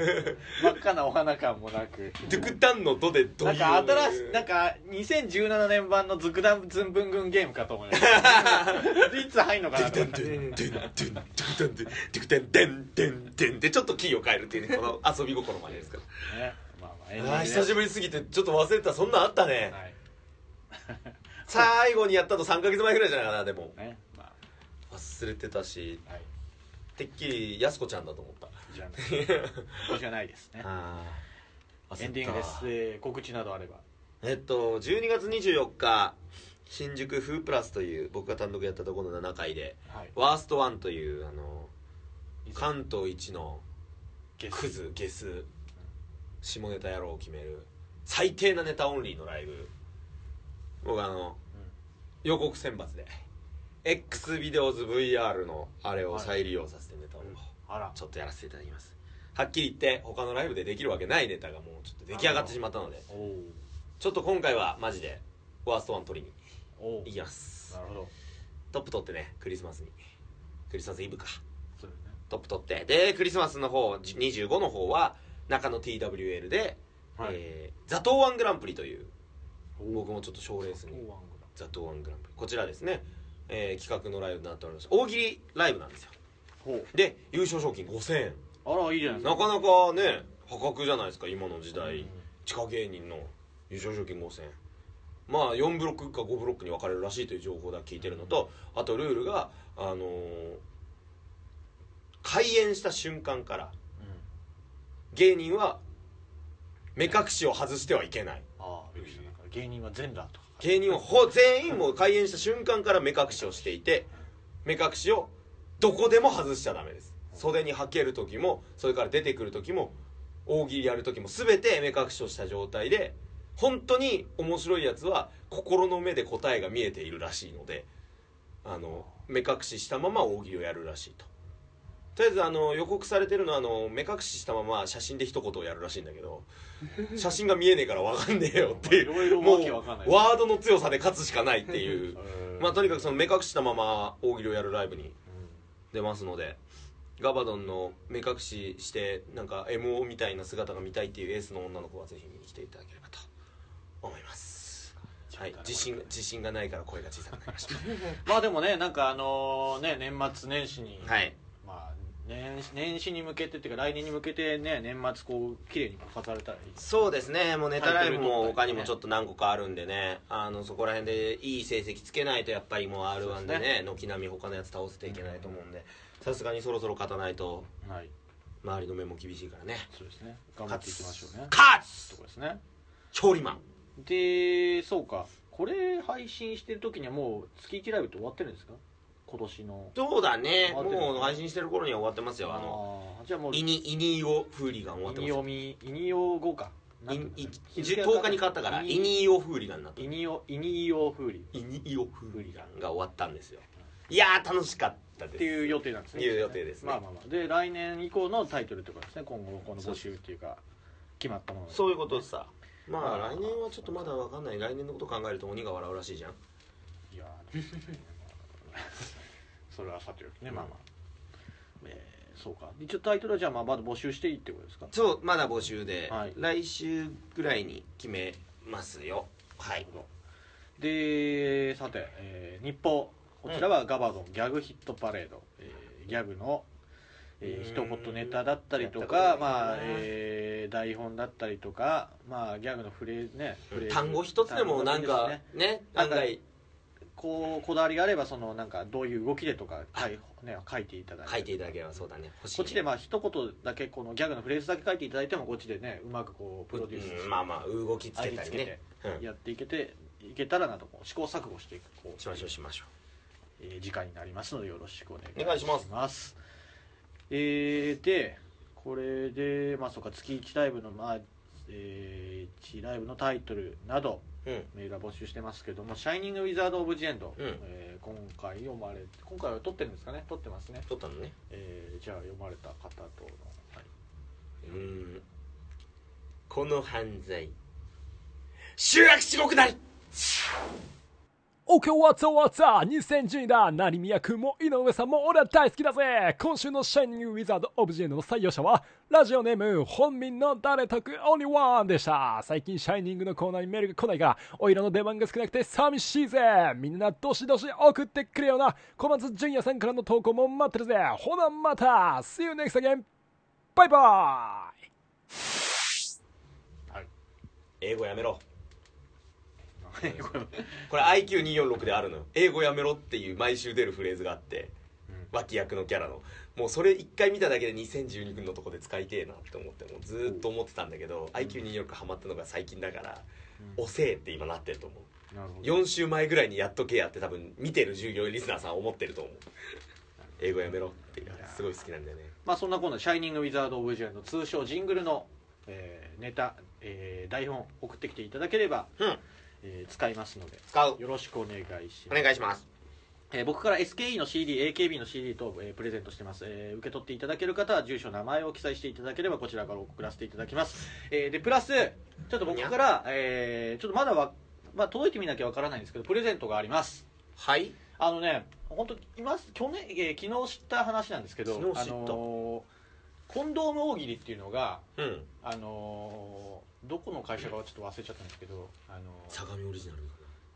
Speaker 3: 真っ赤なお花感もなく
Speaker 2: ドゥクタンのドでド
Speaker 3: なんか新しいなん
Speaker 2: か
Speaker 3: か2017年版の「ズクダンズンブングンゲーム」かと思いました いつ入んのか
Speaker 2: ドゥ
Speaker 3: な
Speaker 2: ク
Speaker 3: と
Speaker 2: タ
Speaker 3: 思
Speaker 2: ン
Speaker 3: っ
Speaker 2: ド
Speaker 3: て
Speaker 2: ゥンドゥンドゥンドゥクタンドゥンドゥクタンドゥンドゥンドゥンでちょっとキーを変えるっていうねこの遊び心もありですか
Speaker 3: ねまあまあエンディ
Speaker 2: らあー
Speaker 3: ングで
Speaker 2: 久しぶりすぎてちょっと忘れてたそんなんあったね
Speaker 3: はい
Speaker 2: 最後にやったと3か月前ぐらいじゃないかなでも
Speaker 3: ねま
Speaker 2: 忘れてたし
Speaker 3: あはい
Speaker 2: てっきりやすこちゃんだと思った
Speaker 3: じゃあこちらないですね
Speaker 2: ああ
Speaker 3: エンディングです、えー告知などあれば
Speaker 2: えっと12月24日新宿フープラスという僕が単独やったところの7回で
Speaker 3: はい
Speaker 2: ワーストワンというあの関東一の
Speaker 3: ゲス
Speaker 2: クズゲス下ネタ野郎を決める最低なネタオンリーのライブ僕あの、予告選抜で X ビデオズ VR のあれを再利用させてネタを
Speaker 3: あら
Speaker 2: ちょっとやらせていただきますはっきり言って他のライブでできるわけないネタがもうちょっと出来上がってしまったので
Speaker 3: おー
Speaker 2: ちょっと今回はマジでワーストワン取りに
Speaker 3: おー
Speaker 2: 行きます
Speaker 3: なるほど
Speaker 2: トップ取ってねクリスマスにクリスマスイブか
Speaker 3: そうね
Speaker 2: トップ取ってでクリスマスの方じ25の方は中野 TWL で、
Speaker 3: はい
Speaker 2: えーザトウワングランプリという
Speaker 3: お
Speaker 2: 僕もちょっと賞レース
Speaker 3: おー
Speaker 2: に
Speaker 3: ワングラ
Speaker 2: ザトウワングランプリこちらですね、えー企画のライブになっておりまして大喜利ライブなんですよ
Speaker 3: ほう
Speaker 2: で優勝賞金5000円
Speaker 3: あらいいじゃないですか
Speaker 2: なかなかね破格じゃないですか今の時代、
Speaker 3: うん
Speaker 2: 地下芸人の優勝賞金5000円まあ4ブロックか5ブロックに分かれるらしいという情報だけ聞いてるのとあとルールがあのー開演した瞬間から芸人は目隠しを外してはいけない
Speaker 3: ああびっくりしたなんか芸人は全裸とか
Speaker 2: 芸人はほ全員もう開演した瞬間から目隠しをしていて目隠しをどこでも外しちゃダメです袖にはける時もそれから出てくる時も大喜利やる時も全て目隠しをした状態で本当に面白いやつは心の目で答えが見えているらしいのであの目隠ししたまま大喜利をやるらしいととりあえずあの予告されてるのはあの目隠ししたまま写真で一言をやるらしいんだけど写真が見えねえから分かんねえよっていう
Speaker 3: いろいろわけわかんない
Speaker 2: もうワードの強さで勝つしかないっていうまあとにかくその目隠したまま大喜利をやるライブに出ますのでガバドンの目隠ししてなんか MO みたいな姿が見たいっていうエースの女の子はぜひ見に来ていただければと思いますはい自信自信がないから声が小さくなりました
Speaker 3: まあでもねなんかあのね年末年始に、
Speaker 2: はい
Speaker 3: まあ年始年始に向けてっていうか来年に向けてね年末こう綺麗に飾れたらいい
Speaker 2: そうですねもうネタライブも
Speaker 3: タ
Speaker 2: 他
Speaker 3: イトル取ったりね
Speaker 2: にもちょっと何個かあるんでねあのそこら辺でいい成績つけないとやっぱりもう r
Speaker 3: そうで
Speaker 2: 1
Speaker 3: す
Speaker 2: で
Speaker 3: ね
Speaker 2: ね軒並み他のやつ倒せていけないと思うんでさすがにそろそろ勝たないと
Speaker 3: はい
Speaker 2: 周りの目も厳しいからね
Speaker 3: そうですね頑張っていきましょうね
Speaker 2: 勝つ
Speaker 3: とこですね
Speaker 2: 調理マン
Speaker 3: でそうかこれ配信してる時にはもう月1ライブって終わってるんですか今年の
Speaker 2: そうだね
Speaker 3: 終わってる
Speaker 2: もう配信してる頃には終わってますよあの
Speaker 3: あーじゃあもう
Speaker 2: イニイニオフーリガン終わ
Speaker 3: イ
Speaker 2: って
Speaker 3: ニオ
Speaker 2: ま
Speaker 3: ミイニオ5か
Speaker 2: す
Speaker 3: なん
Speaker 2: よ
Speaker 3: て
Speaker 2: イ
Speaker 3: い
Speaker 2: ニ
Speaker 3: うの
Speaker 2: イ10日に勝ったからイニオフーリガンになった
Speaker 3: イニオイニオフーリ
Speaker 2: イニオフー
Speaker 3: ー
Speaker 2: リ
Speaker 3: リ
Speaker 2: ガ
Speaker 3: ガ
Speaker 2: ンが終わったんですよいやー楽しかったです
Speaker 3: っていう予定なんですね
Speaker 2: いう予定ですね
Speaker 3: まあまあまあで来年以降のタイトルってことですね今後この募集っていうか決まったもの
Speaker 2: そういうことさまあ
Speaker 3: まあ
Speaker 2: 来年はちょっとまだ分かんない来年のこと考えると鬼が笑うらしいじゃん
Speaker 3: いやー それはさておきねまあまあ、えーそうか一応タイトルはじゃあまあまだ募集していいってことですか
Speaker 2: そうまだ募集で、
Speaker 3: はい
Speaker 2: 来週ぐらいに決めますよはい
Speaker 3: でさて、えー日報こちらはガバドンギャグヒットパレード、えーギャグの、えー、
Speaker 2: うー
Speaker 3: 一
Speaker 2: ん
Speaker 3: 言ネタだったりと
Speaker 2: や
Speaker 3: か
Speaker 2: ったことないな
Speaker 3: まあ、えー台本だったりとかまあギャグのフレーズねフレーズ
Speaker 2: 単語一つでもなん
Speaker 3: 単
Speaker 2: か
Speaker 3: 語がいい
Speaker 2: ね
Speaker 3: ですね
Speaker 2: 案外
Speaker 3: こうこだわりがあればそのなんかどういう動きでとか書い,、ね、書いていただいて
Speaker 2: 書いていただければそうだね欲しい
Speaker 3: こ
Speaker 2: ね
Speaker 3: っちでまあ一言だけこのギャグのフレーズだけ書いていただいてもこっちでねうまくこうプロデュースして、
Speaker 2: うんまあまあ動きつけたり
Speaker 3: 味付け
Speaker 2: ね
Speaker 3: て
Speaker 2: うん
Speaker 3: やっていけていけたらなとこう試行錯誤していくこう
Speaker 2: しましょうしましょ
Speaker 3: えー時間になりますのでよろしくお願い
Speaker 2: お願いします
Speaker 3: ますえーでこれでまあそうか月1ライブのまあえー、1ライブのタイトルなど
Speaker 2: ううん
Speaker 3: メールは募集してますけども「シャイニング・ウィザード・オブ・ジ・エンド」
Speaker 2: うん
Speaker 3: えー今回読まれ今回は撮ってるんですかね撮ってますね、
Speaker 2: 撮ったのね
Speaker 3: えーじゃあ読まれた方との、はい、
Speaker 2: うんこの犯罪集約地獄なり
Speaker 7: お今日はざわざ2010だ成宮君も井上さんも俺は大好きだぜ今週のシャイニングウィザードオブジェンドの採用者はラジオネーム本民の誰得オリワンでした最近シャイニングのコーナーにメールが来ないがおいらの出番が少なくて寂しいぜみんなどしどし送ってくれよな小松純也さんからの投稿も待ってるぜほなまた See you next again バイバイ
Speaker 2: 英語やめろこれ IQ246 であるのよ英語やめろっていう毎週出るフレーズがあって、脇役のキャラのもうそれ一回見ただけで2012君のとこで使いてえなって思ってもうずーっと思ってたんだけど、IQ246 ハマったのが最近だから「遅え」って今なってると思う
Speaker 3: なるほど
Speaker 2: 4週前ぐらいにやっとけやって多分見てる従業員リスナーさんは思ってると思う英語やめろっていうすごい好きなんだよね
Speaker 3: まあそんな今度「シャイニング・ウィザード・オブ・ジェン」の通称ジングルの、えーネタ、えー台本送ってきていただければ、
Speaker 2: うん
Speaker 3: えー使いますので
Speaker 2: 使う
Speaker 3: よろしくお願いします
Speaker 2: お願いします
Speaker 3: えー僕から SKE の CD、AKB の CD と、えープレゼントしてます、えー受け取っていただける方は住所、名前を記載していただければこちらから送らせていただきます、えーでプラスちょっと僕から、えーちょっとまだわ、まあ、届いてみなきゃわからないんですけどプレゼントがあります
Speaker 2: はい
Speaker 3: あのね本当今去年、えー昨日知った話なんですけど
Speaker 2: 昨日知った
Speaker 3: あのーコンドーム大喜利っていうのが
Speaker 2: うん
Speaker 3: あのーどこの会社かはちょっと忘れちゃったんですけど、あのー
Speaker 2: 相模オリジナル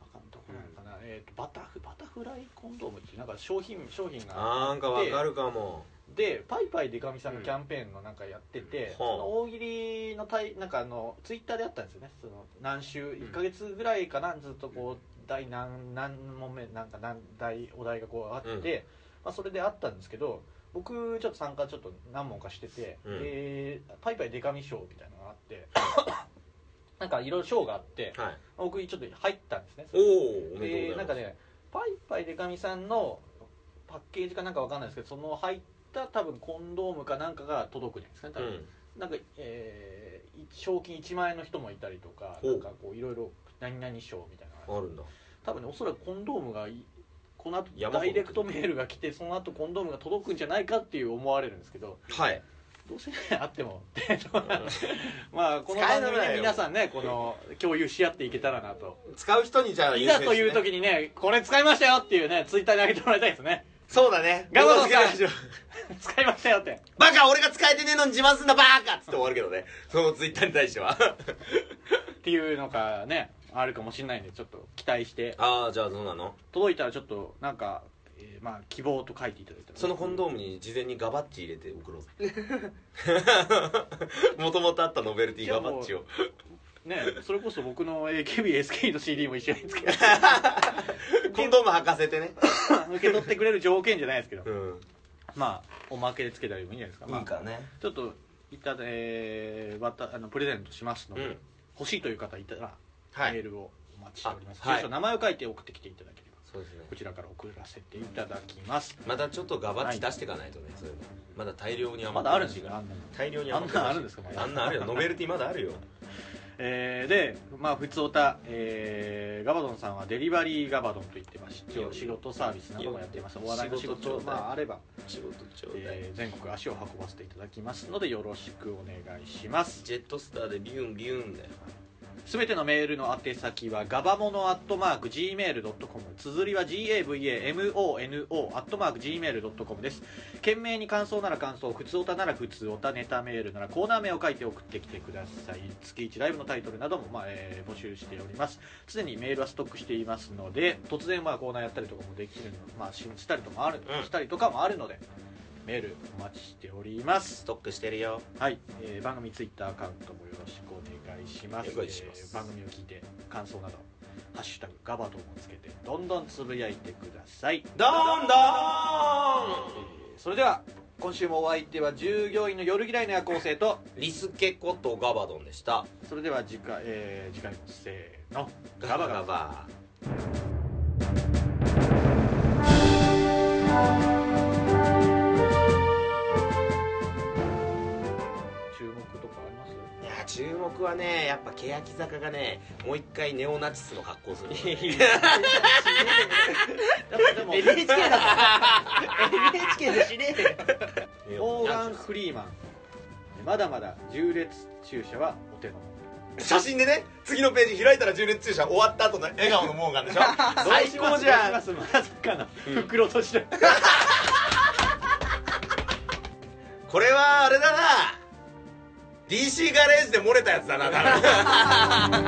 Speaker 3: わかんどこなのかな、えー、とバタフバタフライコンドームっていうなんか商品商品が
Speaker 2: あーなんかわかるかも
Speaker 3: でパイパイでかみさんのキャンペーンのなんかやってて、
Speaker 2: ん
Speaker 3: その大喜利のたいなんかあのツイッターであったんですよねその何週1か月ぐらいかなずっとこう第何何問目なんか何題お題がこうあって、
Speaker 2: うん
Speaker 3: まあ、それであったんですけど僕ちょっと参加ちょっと何問かしてて、
Speaker 2: うん
Speaker 3: でパイパイでかみ賞みたいなのがあって なんかいろいろ賞があって
Speaker 2: はい
Speaker 3: 僕ちょっと入ったんですね
Speaker 2: おおおめで
Speaker 3: で
Speaker 2: とうご
Speaker 3: なん
Speaker 2: ざ
Speaker 3: か
Speaker 2: います
Speaker 3: ねパイパイでかみさんのパッケージかなんかわかんないですけどその入った多分コンドームかなんかが届くんじゃないですかね多
Speaker 2: う
Speaker 3: 分、
Speaker 2: ん
Speaker 3: なんか、えー賞金1万円の人もいたりとか
Speaker 2: ほう
Speaker 3: なんかこういろいろ何々賞みたいなのがあ
Speaker 2: あ
Speaker 3: る
Speaker 2: るんだ
Speaker 3: 多分ねおそらくコンドームがいこの後
Speaker 2: 山ほ
Speaker 3: ダ
Speaker 2: ど
Speaker 3: イレクトメールが来てその後コンドームが届くんじゃないかっていう思われるんですけど
Speaker 2: はい
Speaker 3: どうせ、ね、あってもって まあこの
Speaker 2: 使えな
Speaker 3: 番
Speaker 2: いよ
Speaker 3: 組で皆さんねこの共有し合っていけたらなと
Speaker 2: 使う人にじゃあ
Speaker 3: い
Speaker 2: 優
Speaker 3: ざ
Speaker 2: 先
Speaker 3: という
Speaker 2: してね
Speaker 3: 時にね、これ使いましたよっていうね、ツイッターに上げてもらいたいですね。
Speaker 2: そうだね
Speaker 3: ガバドンさん
Speaker 2: ガバドンさん
Speaker 3: 使いましたよって。
Speaker 2: バカ俺が使えてねえのに自慢すんなバカっつって終わるけどねそのツイッターに対しては
Speaker 3: っていうのがね、あるかもしれないんで、ちょっと期待して、
Speaker 2: ああじゃあそうなの
Speaker 3: 届いたらちょっと、なんか、えーまあ、希望と書いていただいたら。
Speaker 2: そのコンドームに事前にガバッチ入れて送ろ うもともとあったノベルティガバッチを
Speaker 3: ね、それこそ僕の AKB、SK の CD も一緒につけ て、
Speaker 2: コンドーム履かせてね、
Speaker 3: 受け取ってくれる条件じゃないですけど
Speaker 2: う、ん、
Speaker 3: まあ、おまけでつけたりもいいんじゃないですか。まあ、
Speaker 5: ね
Speaker 3: ちょっと、いただ、えー、わた、あの、プレゼントしますので、
Speaker 2: うん
Speaker 3: 欲しいという方いたら、
Speaker 2: はい
Speaker 3: メールをお待ちしております。
Speaker 2: あはい
Speaker 3: 住所、名前を書いて送ってきていただければ。
Speaker 2: そうですね
Speaker 3: こちらから送らせていただきます。
Speaker 2: またちょっとガバッチ出していかないとね、そういうのまだ大量に余
Speaker 3: ま
Speaker 2: って
Speaker 3: だあるんです
Speaker 2: し
Speaker 3: よ、あんなの
Speaker 2: 大量に余って
Speaker 3: あんなあるんですかまだ
Speaker 2: あんなあるよノベルティまだあるよ
Speaker 3: えーで、まあ、普通おた、えーガバドンさんはデリバリーガバドンと言ってます。一応仕事サービスなどもやってます。お笑いの仕
Speaker 2: 仕事ちょ
Speaker 3: 事
Speaker 2: う、だい
Speaker 3: まあ、あれば、
Speaker 2: 仕事ちょうだい、
Speaker 3: えー全国足を運ばせていただきますので、よろしくお願いします。
Speaker 2: ジェットスターでビュンビュンだよ
Speaker 3: すべてのメールの宛先はガバモノアットマーク Gmail.com 綴りは GAVAMONO アットマーク Gmail.com です懸命に感想なら感想普通おたなら普通おたネタメールならコーナー名を書いて送ってきてください月1ライブのタイトルなども、まあえー募集しております常にメールはストックしていますので突然まあコーナーやったりとかもできるの、まあ、ししたりとかもある、
Speaker 2: うん
Speaker 3: したりとかもあるのでメールお待ちしております
Speaker 2: ストックしてるよ
Speaker 3: はい、えー番組ツイッターアカウントもよろしくお願いします
Speaker 2: お願いします
Speaker 3: えー番組を聞いて感想など「ハッシュタグガバドン」をつけてどんどんつぶやいてください、
Speaker 2: どんど
Speaker 3: えーそれでは今週もお相手は従業員の夜嫌いの夜行性と
Speaker 2: んリスケことガバドンでした
Speaker 3: それでは次回,、えー次回もせーの
Speaker 2: ガバガバ
Speaker 3: 注目とかあります
Speaker 2: いや注目はねやっぱ欅坂がねもう一回ネオナチスの格好するのね、
Speaker 3: でも
Speaker 4: NHK だから NHK でしねえよ
Speaker 2: ネ
Speaker 3: オ
Speaker 2: オ
Speaker 3: ーガン・
Speaker 2: ナ
Speaker 3: フリーマンまだまだ縦列注射はお手の物
Speaker 2: チス写真でね次のページ開いたら純烈注射終わった後の笑顔のモーガンでしょ 最高じゃん
Speaker 3: どうしますまさかの袋として
Speaker 2: これはあれだな DC ガレージで漏れたやつだな多分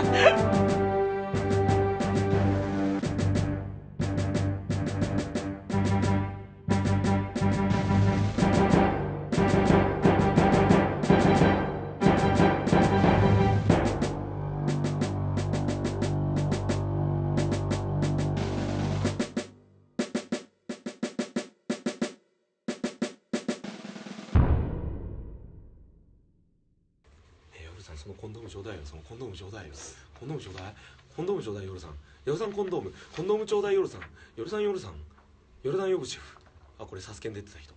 Speaker 8: 夜さんそのコンドームちょうだいよそのコンドームちょうだいよコンドームちょうだいコンドームちょうだい夜さん夜さんコンドームコンドームちょうだい夜さん夜さん夜さんヨルダン・ヨブシェフあこれサスケン出てた人